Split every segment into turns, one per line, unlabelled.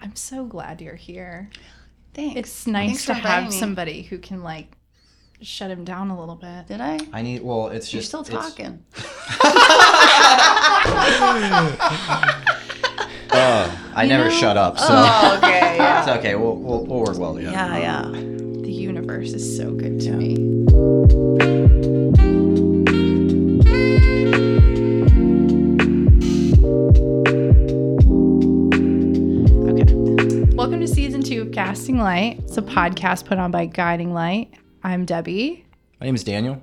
I'm so glad you're here.
Thanks.
It's nice to
Thanks for inviting
have
me.
somebody who can like shut him down a little bit.
Did I?
I need. Well, it's just
You're still
it's-
talking.
Oh, I never shut up, so
Oh, okay. Yeah.
it's okay. We'll, we'll we'll work well together.
yeah, yeah.
The universe is so good to me. Okay. Welcome to season two of Casting Light. It's a podcast put on by Guiding Light. I'm Debbie.
My name is Daniel.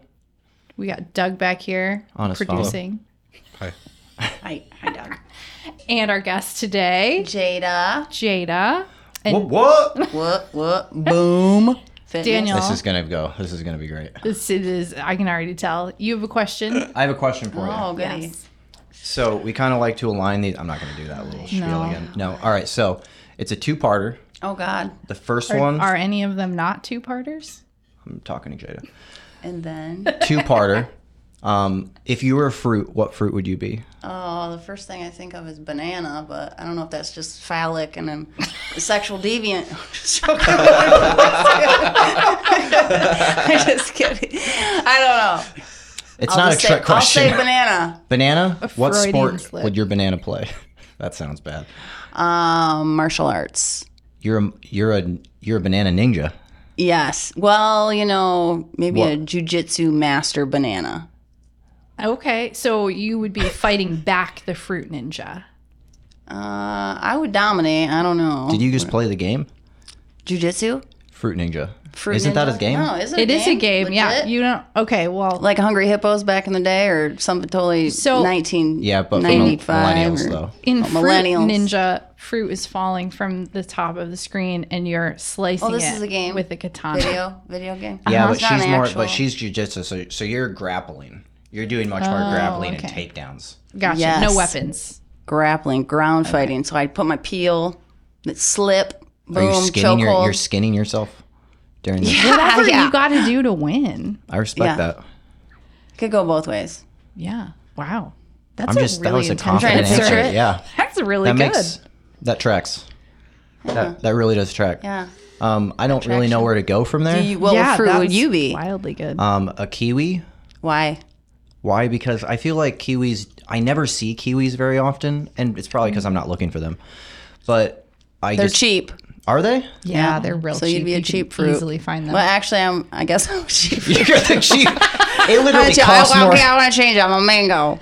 We got Doug back here
Honest fellow.
producing.
Hi.
Hi, hi, Doug.
And our guest today,
Jada.
Jada. And
What? what?
What? What? Boom. Fitness.
Daniel.
This is gonna go. This is gonna be great.
This it is I can already tell. You have a
Uh,
question?
I have a question for you.
Oh, goody.
Yes.
So we kind of like to align these. I'm not gonna do that little spiel
No.
again. No. All right. So it's a two-parter.
Oh God.
The first
Are,
one.
are any of them not two parters?
I'm talking to Jada.
And then,
Two-parter. um, if you were a fruit, what fruit would you be?
oh, the first thing I think of is banana, but I don't know if that's just phallic and then sexual deviant. I'm just joking. I'm just kidding. I don't know.
It's
I'll
not a
just say,
trick question.
I'll say banana.
banana. What
Freudian
sport
slip.
would your banana play? that sounds bad.
Um, martial arts.
You're a you're a you're a banana ninja.
Yes. Well, you know, maybe a
What?
jujitsu master banana.
Okay, so you would be fighting back the fruit ninja.
Uh, I would dominate. I don't know.
Did you just play the game?
jujitsu?
Fruit Ninja.
Fruit
Isn't that
ninja?
his game?
No, is it?
It
a
is a game, yeah.
Legit?
You don't okay, well
like Hungry Hippos back in the day, or something totally
So-
nineteen.
Yeah, but for mil-
95
millennials
or-
though.
in
Oh,
fruit
millennials.
ninja, fruit is falling from the top of the screen and you're slicing
Oh, this
it
is a game.
with a katana.
video video game. Uh-huh,
Yeah,
It's
but
not
she's
an
more.
actual-
But she's jujitsu, so so you're grappling. You're doing much more
Oh,
grappling and
okay.
takedowns.
Gotcha. No
Yes.
weapons.
grappling, ground fighting. So I'd put my peel, that slip,
Are you
boom,
skinning your, you're
chokehold.
skinning yourself during the
Whatever
yeah.
you gotta do to win.
I respect
Yeah.
that.
Could go both ways.
Yeah. Wow. That's
I'm
a
just
really
that was a
intense
confident
Trying to
answer.
picture it.
Yeah.
That's really
that
good.
makes that tracks. That that really does track.
Yeah.
Um I don't really know where to go from there.
You, what
yeah,
fruit would
that's
you be?
Wildly good.
um a kiwi.
Why?
Why? Because I feel like kiwis. I never see kiwis very often, and it's probably because I'm not looking for them. But I
They're
just
cheap.
are they?
yeah, they're real
So
cheap.
you'd be a
You can
cheap fruit.
Easily find them.
Well, actually, I'm. I guess I'm cheap.
You're the cheap. It
I, I,
literally costs more.
okay, I want to change. it. I'm a mango.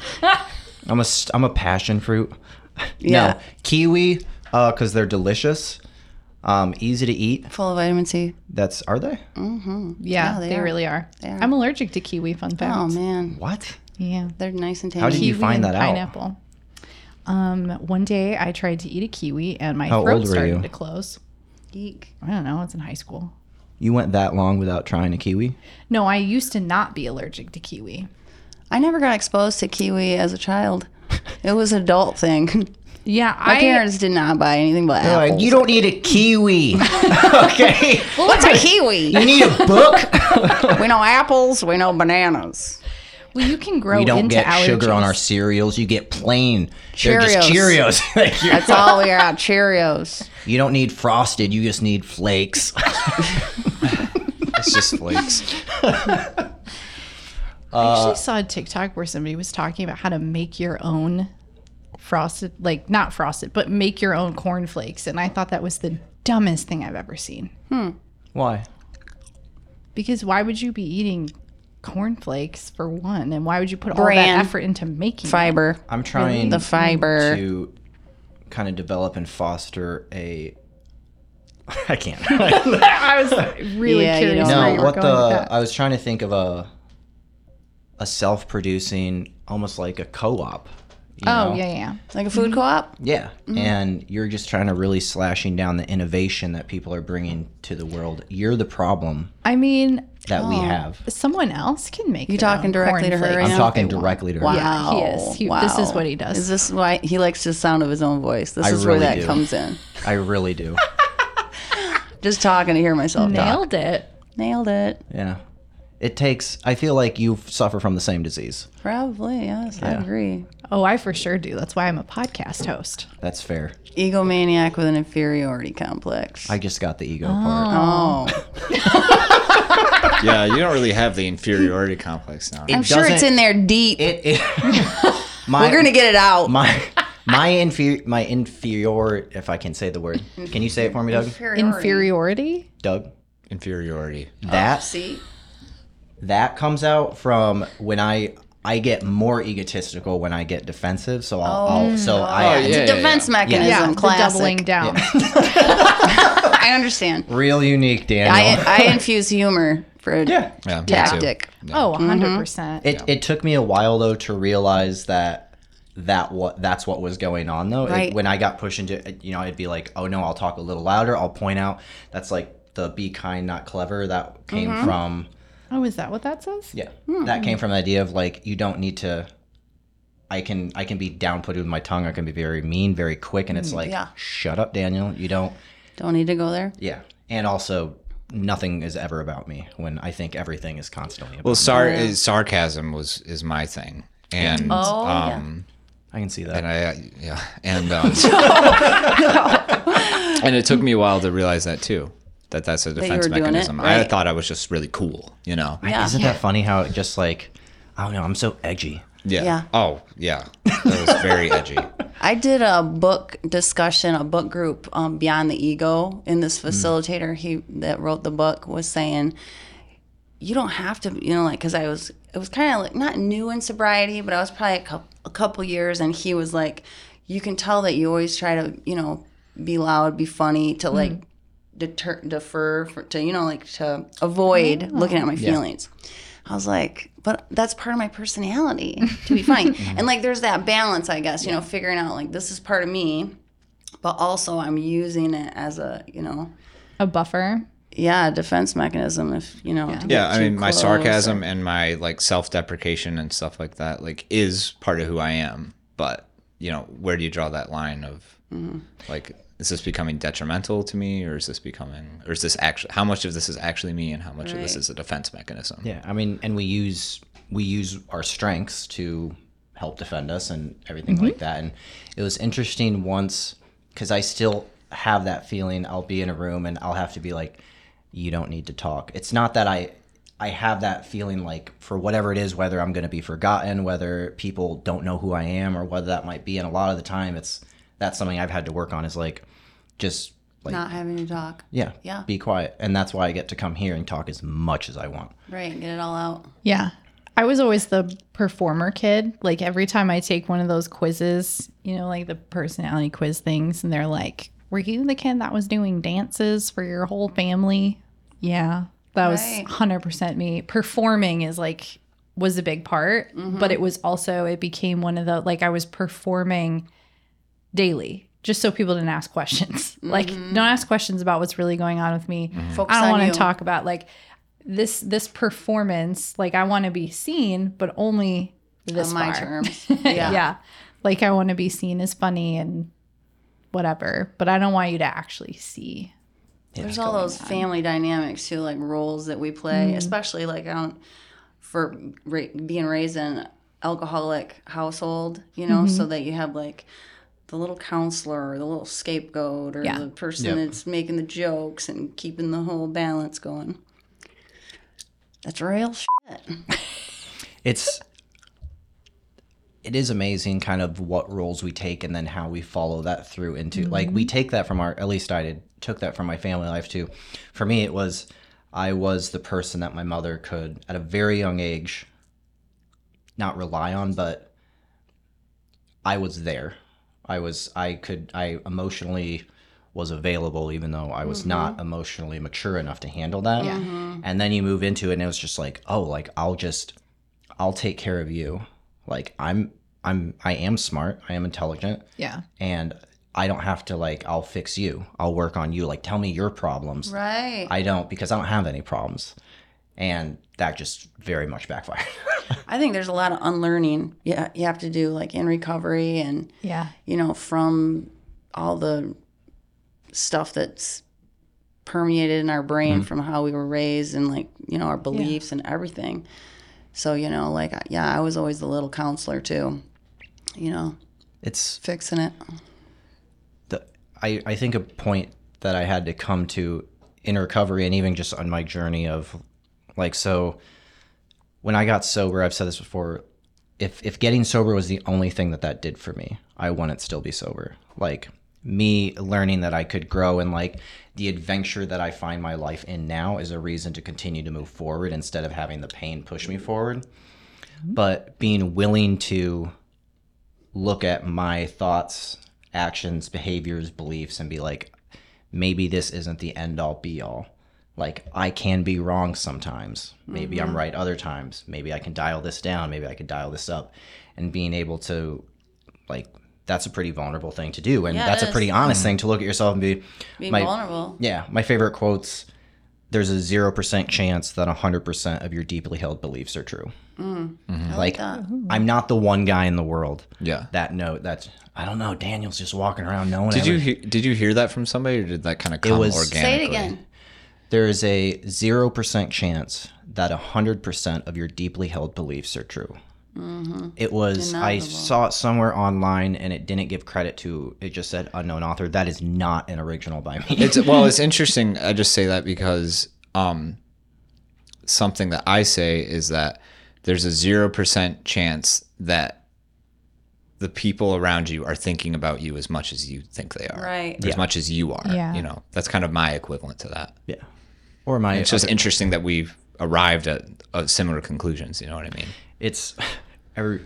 I'm a s- I'm a passion fruit.
Yeah.
No kiwi, because they're delicious, um, easy to eat.
Full of vitamin C.
That's are they?
Mm.
Yeah,
they
they,
are.
really are. I'm allergic to kiwi. Fun fact.
Oh man,
What?
yeah,
they're nice and
How
tangy.
did you
Kiwi
find
and
that out?
pineapple. Um, one day I tried to eat a kiwi and my
How old
throat
were
started
you?
to close.
Geek.
I don't know. It's in high school.
You went that long without trying a kiwi?
No, I used to not be allergic to kiwi.
I never got exposed to kiwi as a child. It was an adult thing.
Yeah,
My
I
parents did not buy anything but
They're
apples.
Like, you don't need a kiwi. okay.
What's a kiwi?
You need a book.
we know apples. We know bananas.
well, you can grow
We don't
Oh, into
get
allergies.
sugar on our cereals. You get plain. They're just
Cheerios.
Cheerios. Like, you're-
That's all we got. Cheerios.
you don't need frosted. You just need flakes.
It's just flakes.
I actually saw a TikTok where somebody was talking about how to make your own frosted, like not frosted, but make your own cornflakes. And I thought that was the dumbest thing I've ever seen.
Why?
Because why would you be eating cornflakes for one? And why would you put all that
Bran.
effort into making it?
Fiber.
I'm trying
The fiber.
to kind of develop and foster a. I can't.
I was really
Yeah, you
curious.
don't
where
know.
no,
you were
what
going with
the?
that.
I was trying to think of a a self-producing, almost like a co-op. you
Oh
know?
yeah, yeah.
Like a food co-op.
Yeah,
Mm-hmm.
and you're just trying to really slashing down the innovation that people are bringing to the world. You're the problem
I mean,
that we have.
someone else can make.
You
their
talking
own
directly to her
cornflakes.
Oh. right
I'm
know,
talking
they
directly to her.
Yeah, he is. He- this is what he does.
Is this why he likes the sound of his own voice? This
I
is
really
where that
do.
comes in.
I really do.
Just talking to hear myself talk.
Nailed it.
Nailed it.
Yeah. It takes. I feel like you suffer from the same disease.
Probably, yes, I
Yeah.
agree.
Oh, I for sure do. That's why I'm a podcast host.
That's fair.
Egomaniac with an inferiority complex.
I just got the ego part.
oh,
Yeah, you don't really have the inferiority complex now.
I'm sure it's
doesn't-
in there deep.
It. it my,
We're gonna get it out.
my my inferior my inferior. If I can say the word, can you say it for me, Doug?
Inferiority?
Doug.
Inferiority.
That
See,
that comes out from when I I get more egotistical when I get defensive. So I'll, I'll so I
Oh, yeah.
defense mechanism,
Yeah, the
classic.
doubling down.
I understand.
real unique, Daniel.
I, I infuse humor for a
yeah.
Yeah, me too.
tactic.
Oh,
Mm-hmm.
100%. percent
It it took me a while though to realize that that what that's what was going on though. It-
Right.
when I got pushed into it, you know, I'd be like, "Oh no, I'll talk a little louder. I'll point out." That's like the be kind, not clever. That came
Mm-hmm.
from
Oh, is that what that says?
yeah.
Hmm.
That came from the idea of like you don't need to I can I can be downputted with my tongue. I can be very mean, very quick and it's like,
Hmm, yeah.
"Shut up, Daniel. You don't
Don't need to go there.
Yeah. And also nothing is ever about me when I think everything is constantly about
Well, sar-
Yeah.
is- sarcasm was is my thing, and
Oh, yeah.
um,
I can see that.
and I uh, yeah, and um, and it took me a while to realize that too. That that's a
you
defense
were doing it,
mechanism. I
right.
thought I was just really cool, you know.
Yeah.
Isn't that funny how it just like I don't know, I'm so edgy.
Yeah.
Yeah.
Oh, yeah. That was very edgy.
I did a book discussion, a book group, um, Beyond the Ego, and this facilitator he that wrote the book was saying, you don't have to, you know, like because I was, it was kind of like not new in sobriety, but I was probably a couple, a couple years, and he was like, you can tell that you always try to, you know, be loud, be funny, to like deter, defer, for, to you know, like to avoid looking at my feelings. I was like, but that's part of my personality to be funny. and like, there's that balance, I guess, you know, figuring out like this is part of me, but also I'm using it as a, you know,
A buffer?
yeah, defense mechanism. If you know, to
Yeah,
get
I
too
mean, my
close.
sarcasm and my like self-deprecation and stuff like that, like, is part of who I am. But you know, where do you draw that line of
Mm-hmm.
like, is this becoming detrimental to me, or is this becoming, or is this actually how much of this is actually me, and how much of this
Right.
is a defense mechanism?
Yeah, I mean, and we use we use our strengths to help defend us and everything
Mm-hmm.
like that. And it was interesting once because I still have that feeling. I'll be in a room and I'll have to be like, "You don't need to talk." It's not that I I have that feeling like for whatever it is, whether I'm going to be forgotten, whether people don't know who I am, or whether that might be. And a lot of the time, it's that's something I've had to work on. Is like just like
not having to talk.
yeah,
Yeah.
be quiet. And that's why I get to come here and talk as much as I want.
Right, get it all out.
Yeah. I was always the performer kid. Like every time I take one of those quizzes, you know, like the personality quiz things, and they're like, Were you the kid that was doing dances for your whole family? Yeah. That was
Right.
100% me. Performing is like, was a big part,
Mm-hmm.
but it was also, it became one of the, like, I was performing daily just so people didn't ask questions. Like, don't ask questions about what's really going on with me.
Mm-hmm. Focus
I don't
on
want
you.
to talk about like this this performance. Like I want to be seen, but only this
on my
far.
terms.
yeah. like I want to be seen as funny and whatever, but I don't want you to actually see.
There's all those family dynamics too, like roles that we play, especially like I don't for ra- being raised in an alcoholic household, you know, so that you have like the little counselor or the little scapegoat or
Yeah.
the person
Yep.
that's making the jokes and keeping the whole balance going. That's real shit.
it's it is amazing kind of what roles we take and then how we follow that through into like we take that from our at least i did took that from my family life too for me it was i was the person that my mother could at a very young age not rely on but i was there i was i could i emotionally was available even though i was not emotionally mature enough to handle that
Mm-hmm.
and then you move into it and it was just like oh like i'll just I'll take care of you. Like I'm I'm I am smart, I am intelligent,
Yeah.
and I don't have to like I'll fix you. I'll work on you. Like tell me your problems.
Right.
I don't because I don't have any problems. And that just very much backfired.
I think there's a lot of unlearning yeah you have to do like in recovery and
Yeah.
you know, from all the stuff that's permeated in our brain from how we were raised and like you know our beliefs and everything so you know like I- yeah i was always the little counselor too you know
It's
fixing it
the I, I think a point that I had to come to in recovery and even just on my journey of like so when I got sober, I've said this before, if if getting sober was the only thing that that did for me, I wouldn't still be sober. Like me learning that I could grow and like the adventure that I find my life in now is a reason to continue to move forward instead of having the pain push me forward.
Mm-hmm.
But being willing to look at my thoughts, actions, behaviors, beliefs, and be like, maybe this isn't the end all be all. Like, I can be wrong sometimes. Maybe
Mm-hmm.
I'm right other times. Maybe I can dial this down. Maybe I can dial this up. And being able to, like, that's a pretty vulnerable thing to do. And
Yeah, it
that's a
is. Mm-hmm.
pretty honest thing to look at yourself and be,
be
my-
vulnerable
yeah, my favorite quotes there's a 0% chance that 100% of your deeply held beliefs are true. Mm-hmm. Like,
that.
I'm not the one guy in the world
Yeah.
that note that's I don't know. Daniel's just walking around knowing.
Did you
everything.
he- did you hear that from somebody, or did that kind of come
was- Say it
organically?
say it again
There is a zero percent chance that hundred percent of your deeply held beliefs are true. It was I
Deniable.
saw it somewhere online and it didn't give credit to. It just said unknown author. That is not an original by me.
It's well, it's interesting. I just say that because um, something that I say is that there's a zero percent chance that the people around you are thinking about you as much as you think they are,
Right.
As much as you are,
Yeah.
You know, that's kind of my equivalent to that.
yeah. Or my
It's just interesting that we've arrived at, at similar conclusions. You know what I mean?
it's every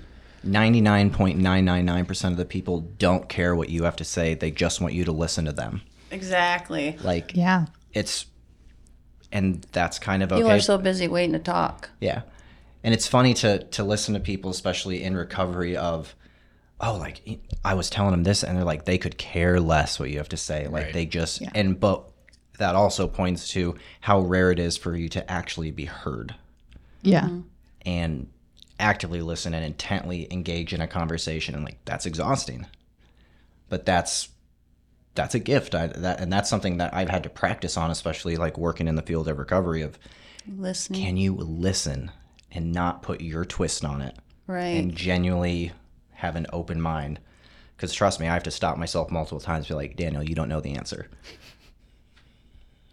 99.999% of the people don't care what you have to say. They just want you to listen to them.
exactly
Like
Yeah.
it's and that's kind of okay.
you are so busy waiting to talk
Yeah. And it's funny to to listen to people, especially in recovery, of oh, like I was telling them this, and they're like, they could care less what you have to say. Like
Right.
they just and but that also points to how rare it is for you to actually be heard
Yeah.
and actively listen and intently engage in a conversation and like that's exhausting but that's that's a gift I, that, and that's something that i've had to practice on especially like working in the field of recovery of
listening
can you listen and not put your twist on it
right
and genuinely have an open mind because trust me i have to stop myself multiple times and be like daniel you don't know the answer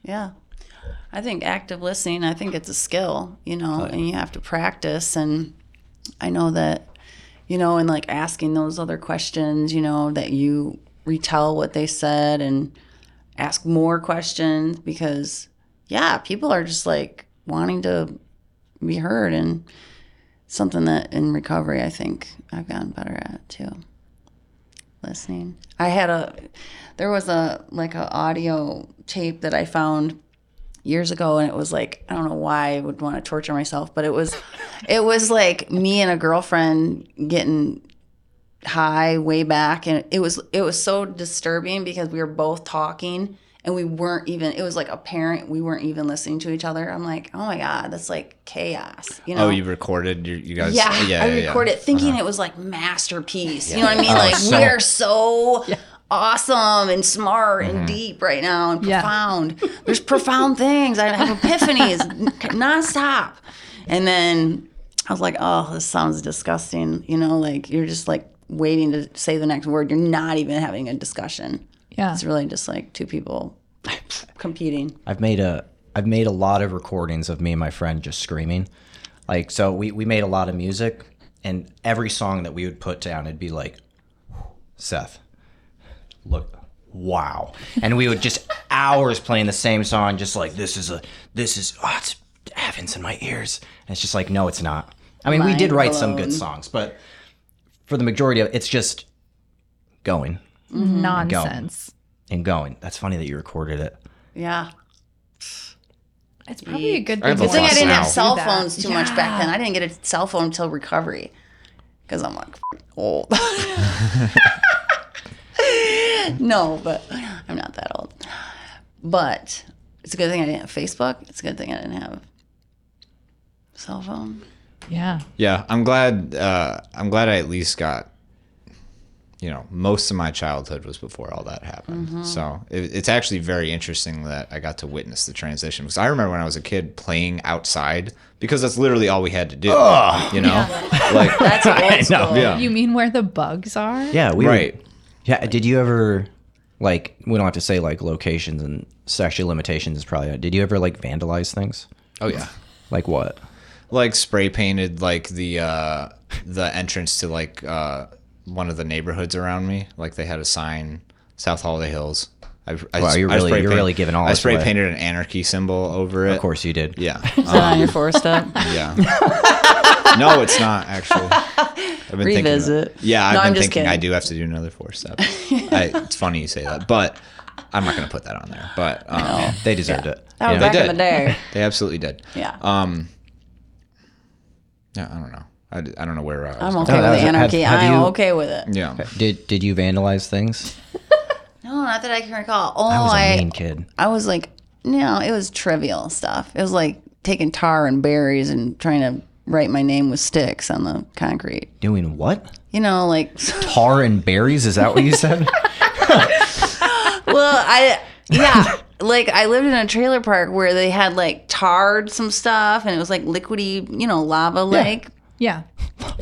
Yeah. I think active listening, I think it's a skill, you know, and you have to practice. And I know that, you know, and like asking those other questions, you know, that you retell what they said and ask more questions because, yeah, people are just like wanting to be heard and something that in recovery, I think I've gotten better at too listening. I had a there was a like a audio tape that I found years ago and it was like I don't know why I would want to torture myself, but it was it was like me and a girlfriend getting high way back and it was it was so disturbing because we were both talking and we weren't even it was like apparent we weren't even listening to each other. I'm like, "Oh my god, that's like chaos." You know?
Oh, you recorded you, you guys?
Yeah, I
yeah, yeah, Uh-huh. Oh,
recorded it thinking it was like masterpiece. You know what I mean? like
so-
we are so awesome and smart
Mm-hmm.
and deep right now and
Yeah.
profound. There's profound things. I have epiphanies nonstop. And then I was like, oh, this sounds disgusting. You know, like you're just like waiting to say the next word. You're not even having a discussion.
Yeah.
It's really just like two people competing.
I've made a I've made a lot of recordings of me and my friend just screaming. Like so we, we made a lot of music and every song that we would put down it'd be like Seth, look wow. And we would just hours playing the same song, just like this is a this is oh, it's heavens in my ears. And it's just like, no, it's not. I mean we did
Mind
write some
blown.
good songs, but for the majority of it's just going
Mm-hmm. Nonsense.
and going. That's funny that you recorded it.
Yeah.
It's probably a good
I have
thing.
a
to
Good thing I
lost
didn't have
now.
cell
Do that.
phones too much back then. I didn't get a cell phone until recovery because I'm like f- old. no, but I'm not that old. But it's a good thing I didn't have Facebook. It's a good thing I didn't have cell phone.
Yeah.
Yeah, I'm glad. Uh, I'm glad I at least got you know, most of my childhood was before all that happened. So it, it's actually very interesting that I got to witness the transition because I remember when I was a kid playing outside because that's literally all we had to do. You know, like
That's old
know,
school.
yeah,
You mean where the bugs are?
Yeah, we
right.
Were, yeah, did you ever like we don't have to say like locations and statute limitations is probably did you ever like vandalize things?
Oh yeah.
Like what?
like spray painted like the uh the entrance to like uh one of the neighborhoods around me like they had a sign south holiday hills i, I
Wow, you're really-
spray
you're really giving all
i
this
spray
away.
painted an anarchy symbol over it
Of course you did.
yeah Um,
Is that on your four step?
yeah no it's not actually i've been thinking that-
Revisit.
yeah i've
No,
been
I'm just
thinking i
kidding.
do have to do another four step I, it's funny you say that but i'm not gonna put that on there but um,
They deserved it.
That was
Yeah.
back in the
did.
day.
they absolutely did
Yeah.
Um, yeah, I don't know. I, d- I don't know where uh, I was.
I'm
going.
okay
Oh, No, that
with
was- have-
anarchy.
have
I'm
you-
okay with it.
Yeah.
Did did you vandalize things?
No, not that I can recall. Oh,
I was
I,
a mean kid.
I was like, no, it was trivial stuff. It was like taking tar and berries and trying to write my name with sticks on the concrete.
Doing what?
You know, like,
Tar and berries? Is that what you said?
well, I, yeah. Like I lived in a trailer park where they had like tarred some stuff and it was like liquidy, you know, lava like.
Yeah.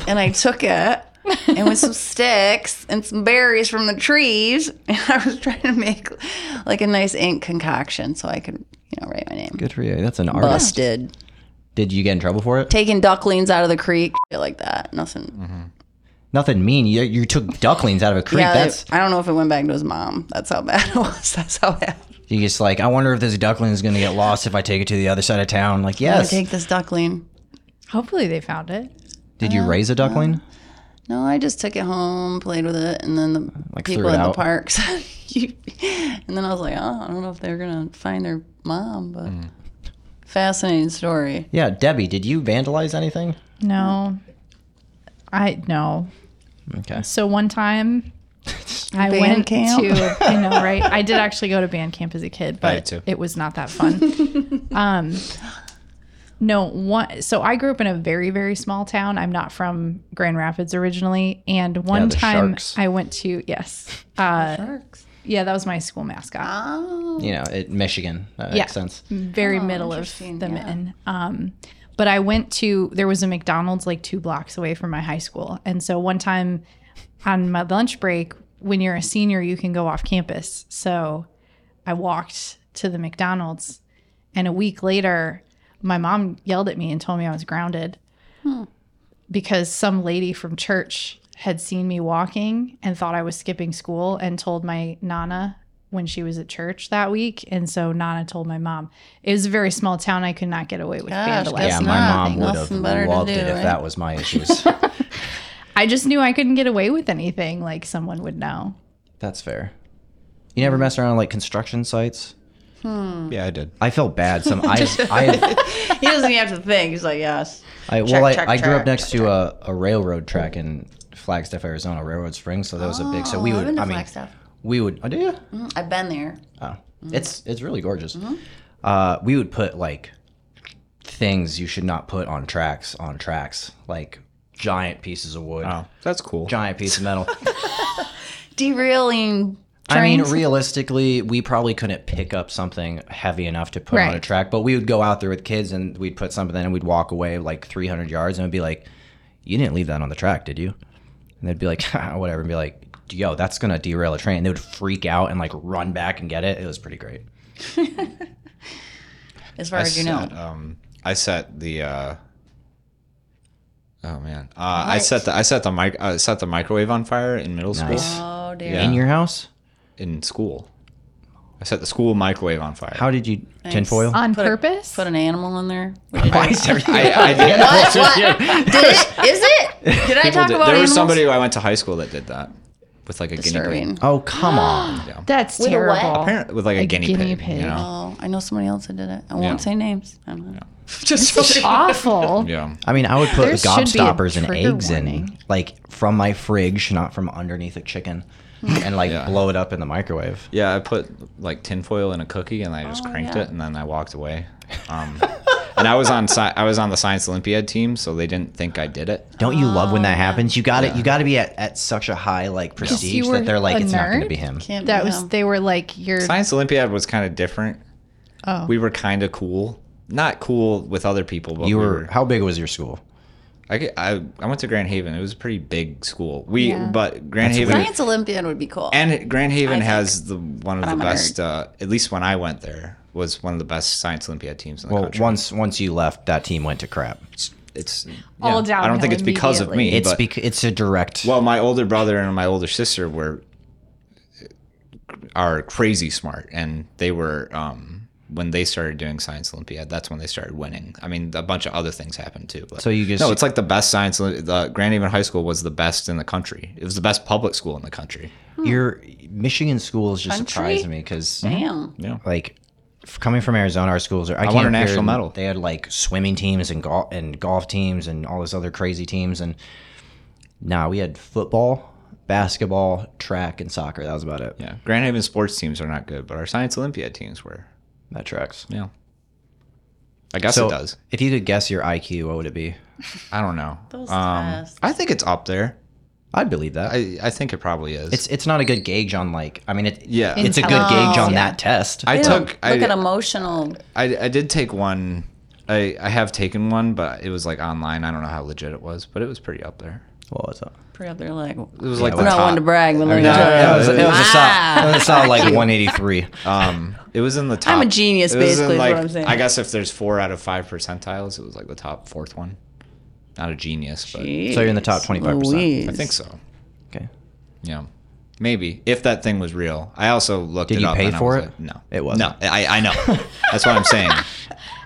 And I took it and with some sticks and some berries from the trees and I was trying to make like a nice ink concoction so I could, you know, write my name.
Good for you. That's an artist.
Busted.
Did you get in trouble for it?
taking ducklings out of the creek, shit like that. Nothing.
Mhm. Nothing mean. You, you took ducklings out of a creek.
Yeah,
That's
I don't know if it went back to his mom. That's how bad it was. That's how bad.
you just like. I wonder if this duckling is going to get lost if I take it to the other side of town. Like yes.
I take this duckling.
Hopefully they found it.
Did you raise a duckling?
No, I just took it home, played with it, and then the
Like,
people
threw it
at the
out?
parks. you, and then I was like, oh, I don't know if they're gonna find their mom, but
Hmm.
fascinating story.
Yeah, Debbie. Did you vandalize anything?
No. I no.
Okay.
So one time I
Band
went
camp.
to I know, right? I did actually go to band camp as a kid,
did
but
too.
it was not that fun. um no, one so I grew up in a very, very small town. I'm not from Grand Rapids originally. And one
the
time
Sharks.
I went to yes. Uh,
Parks.
yeah, that was my school mascot.
Oh,
You know, it, Michigan. That
Yeah.
makes sense.
very middle of
interesting,
the
yeah.
mitten. Um, but I went to there was a McDonald's like two blocks away from my high school, and so one time on my lunch break, when you're a senior, you can go off campus. So I walked to the McDonald's, and a week later, my mom yelled at me and told me I was grounded
Hmm.
because some lady from church had seen me walking and thought I was skipping school and told my nana when she was at church that week. And so Nana told my mom. It was a very small town. I could not get away with
Gosh,
vandalism.
guess
Yeah,
It's
my
not.
mom would have
Nothing better to
loved
do,
it if
right?
that was my issues.
I just knew I couldn't get away with anything. Like someone would know.
That's fair. You never mess around on, like construction sites.
Yeah, I did.
I felt bad. Some I I,
he doesn't even have to think. He's like, yes.
I well I,
check,
I grew up
check,
next to a, a railroad track in Flagstaff, Arizona, Railroad Springs. So that was a big. So we
Oh, I've
would.
been to
I mean,
Flagstaff.
we would. Oh, do you?
Mm, I've been there.
Oh, it's it's really gorgeous.
Mm-hmm.
Uh, we would put like things you should not put on tracks on tracks, like giant pieces of wood,
Oh, that's cool.
giant piece of metal.
Derailing.
I mean,
trains.
realistically, we probably couldn't pick up something heavy enough to put on a
Right.
track, but we would go out there with kids and we'd put something in and we'd walk away like 300 yards and it'd be like, You didn't leave that on the track, did you? And they'd be like, "Haha," Whatever. And be like, Yo, that's going to derail a train. And they would freak out and like run back and get it. It was pretty great.
as far as you know.
set, um, I set the. Uh, oh man, uh, I set the I set the mic uh, set the microwave on fire in middle school.
Nice.
Oh dear.
Yeah.
In your house?
In school, I set the school microwave on fire.
How did you tinfoil?
On
a-
purpose?
Put an animal in there.
Why is everything-
I, I did.
What? what? Did it? Is it? Did I
People
talk
did-
about
there was
animals?
somebody who I went to high school that did that with like a guinea
disturbing?
pig.
oh, come on.
That's
With a
terrible.
what?
Apparently, with like a, guinea,
guinea
pig.
pig.
You know?
Oh, I know somebody else that did it. I won't
Yeah.
say names. I don't know.
It's awful.
Yeah.
I mean, I would put
There should be a
gobstoppers and
trigger
eggs in,
warning.
like from my fridge, not from underneath a chicken,
Hmm.
and like
Yeah.
blow it up in the microwave.
Oh,
Yeah, I put like tinfoil in a cookie and I just cranked
yeah.
it and then I walked away. Um, and I was on sci- I was on the Science Olympiad team, so they didn't think I did it.
Don't you love
Ah.
when that happens? You got it. You got to be at, at such a high like prestige
were
that they're like,
a
it's not going to
nerd?
be him.
Can't
That
be
was
him.
they were like you're
Science Olympiad was kind of different.
Oh.
We were kind of cool, not cool with other people, but
You
we
were. How big was your school?
I, get- I I went to Grand Haven. It was a pretty big school. We
Yeah.
but Grand Haven
Science Olympiad would be cool.
and Grand Haven
I
has the one of the
I'm a
best. Uh, at least when I went there, was one of the best Science Olympiad teams in the
Well,
country.
once once you left, that team went to crap.
it's
All
I don't
downhill
think it's because of me.
immediately.
It's
but,
bec- it's a direct.
well, my older brother and my older sister were are crazy smart, and they were um, when they started doing Science Olympiad. That's when they started winning. I mean, a bunch of other things happened too. But
So you just-
no, it's like the best Science. Olymp- The Grand Haven High School was the best in the country. It was the best public school in the country.
Hmm.
your Michigan schools just
Country?
surprised me because
Damn.
Yeah.
like f- coming from Arizona, our schools are. I,
won a
can't
national
figure-
medal.
They had like swimming teams and golf and golf teams and all this other crazy teams and. Nah, we had football, basketball, track, and soccer. That was about it.
Yeah, Grand Haven sports teams are not good, but our Science Olympiad teams were.
That tracks.
Yeah, I guess
so
it does.
If you could guess your IQ, what would it be?
I don't know.
Those tests.
I think it's up there.
I'd believe that.
I I think it probably is.
it's it's not a good gauge on like. I mean, it,
yeah.
it's a good gauge on that test.
I
They don't
took. I,
look at emotional.
I I did take one. I I have taken one, but it was like online. I don't know how legit it was, but it was pretty up there.
what was that?
Pretty up there, like
It
I'm
was like the
not one
top.
to brag, but like,
No,
no,
it was, it was a
Ah.
solid, it was a solid like 183.
Um, it was in the top.
I'm a genius,
it was in,
basically, is what
like-
I'm saying.
I guess if there's four out of five percentiles, it was like the top fourth one. Not a genius, but
Jeez,
So you're in the top 25%.
Louise.
I think so.
Okay.
Yeah. Maybe if that thing was real, I also looked.
Did
it
you
up
pay
and I
for
was
it?
like, no,
It wasn't.
No, I, I know. That's what I'm saying.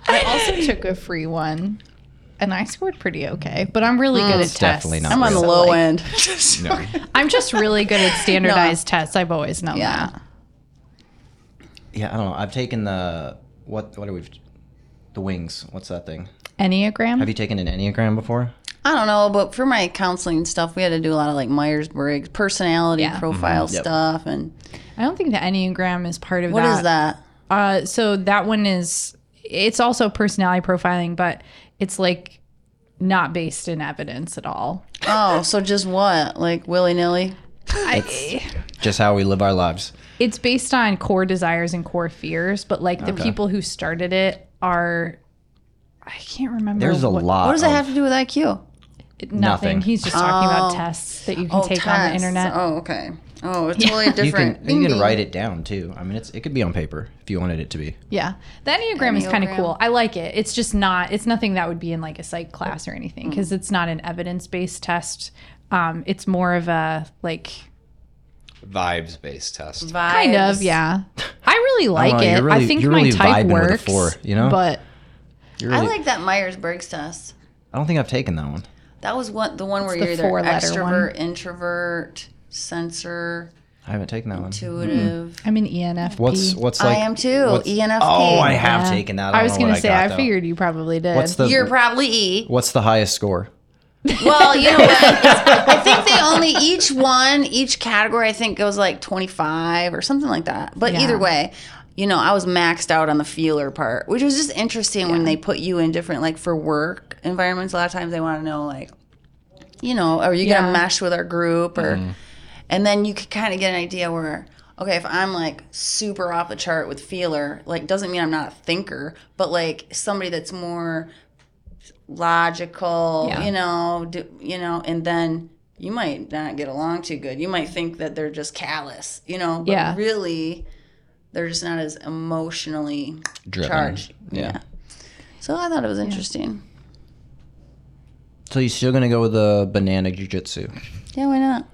I also took a free one and I scored pretty okay, but I'm really good at tests.
definitely not
I'm on the
So,
low
like,
end.
No.
I'm just really good at standardized tests. I've always known
Yeah.
that.
Yeah, I don't know. I've taken the what? What are we? The wings. What's that thing?
Enneagram.
Have you taken an enneagram before?
I don't know, but for my counseling stuff, we had to do a lot of like Myers Briggs personality
Yeah.
profile
Mm-hmm.
Yep.
stuff, and
I don't think the Enneagram is part of
what
that.
is that?
Uh, so that one is it's also personality profiling, but it's like not based in evidence at all.
Oh, so just what, like willy nilly?
I,
Just how we live our lives.
it's based on core desires and core fears, but like the people who started it are I can't remember.
There's a
what-
lot.
What does that
of-
have to do with IQ?
Nothing.
Nothing.
He's just talking about tests that you can
Oh,
take on the
tests.
internet.
Oh, okay. Oh, it's totally
You
different.
can you can write it down too. I mean, it's it could be on paper if you wanted it to be.
Yeah. The Enneagram, is kind of
Enneagram.
cool. I like it. It's just not, it's nothing that would be in like a psych class or anything
Mm.
because it's not an evidence based test. Um, it's more of a like,
Vibes based test.
kind of,
Vibes.
yeah. I really like
know, you're
it. I
really-
think
you're
my
really
type
vibing with the
works.
four, you know?
But
You
I
really-
like that Myers Briggs test.
I don't think I've taken that one.
That was one, the one where
It's
you're
the
either
four-letter
extrovert, introvert, sensor,
I haven't taken that one.
intuitive.
I'm an ENFP.
What's what's like?
I am too. E
what's-
ENFP.
Oh, I have
Yeah.
taken that.
I, was
going
gonna
to
say, I figured you probably did.
What's the
You're probably E.
what's the highest score?
Well, you know what? I think they only each one, each category, I think goes like 25 or something like that. But
Yeah.
either way, you know, I was maxed out on the feeler part, which was just interesting when they put you in different, like for work environments. A lot of times they want to know, like, you know, are you
Yeah.
going to mesh with our group or, and then you could kind of get an idea where, okay, if I'm like super off the chart with feeler, like doesn't mean I'm not a thinker, but like somebody that's more logical,
Yeah.
you know, do, you know, and then you might not get along too good. You might think that they're just callous, you know, but
Yeah.
really they're just not as emotionally
Driven.
charged.
Yeah.
So I thought it was interesting.
So you're still going to go with the banana jujitsu?
Yeah, why not?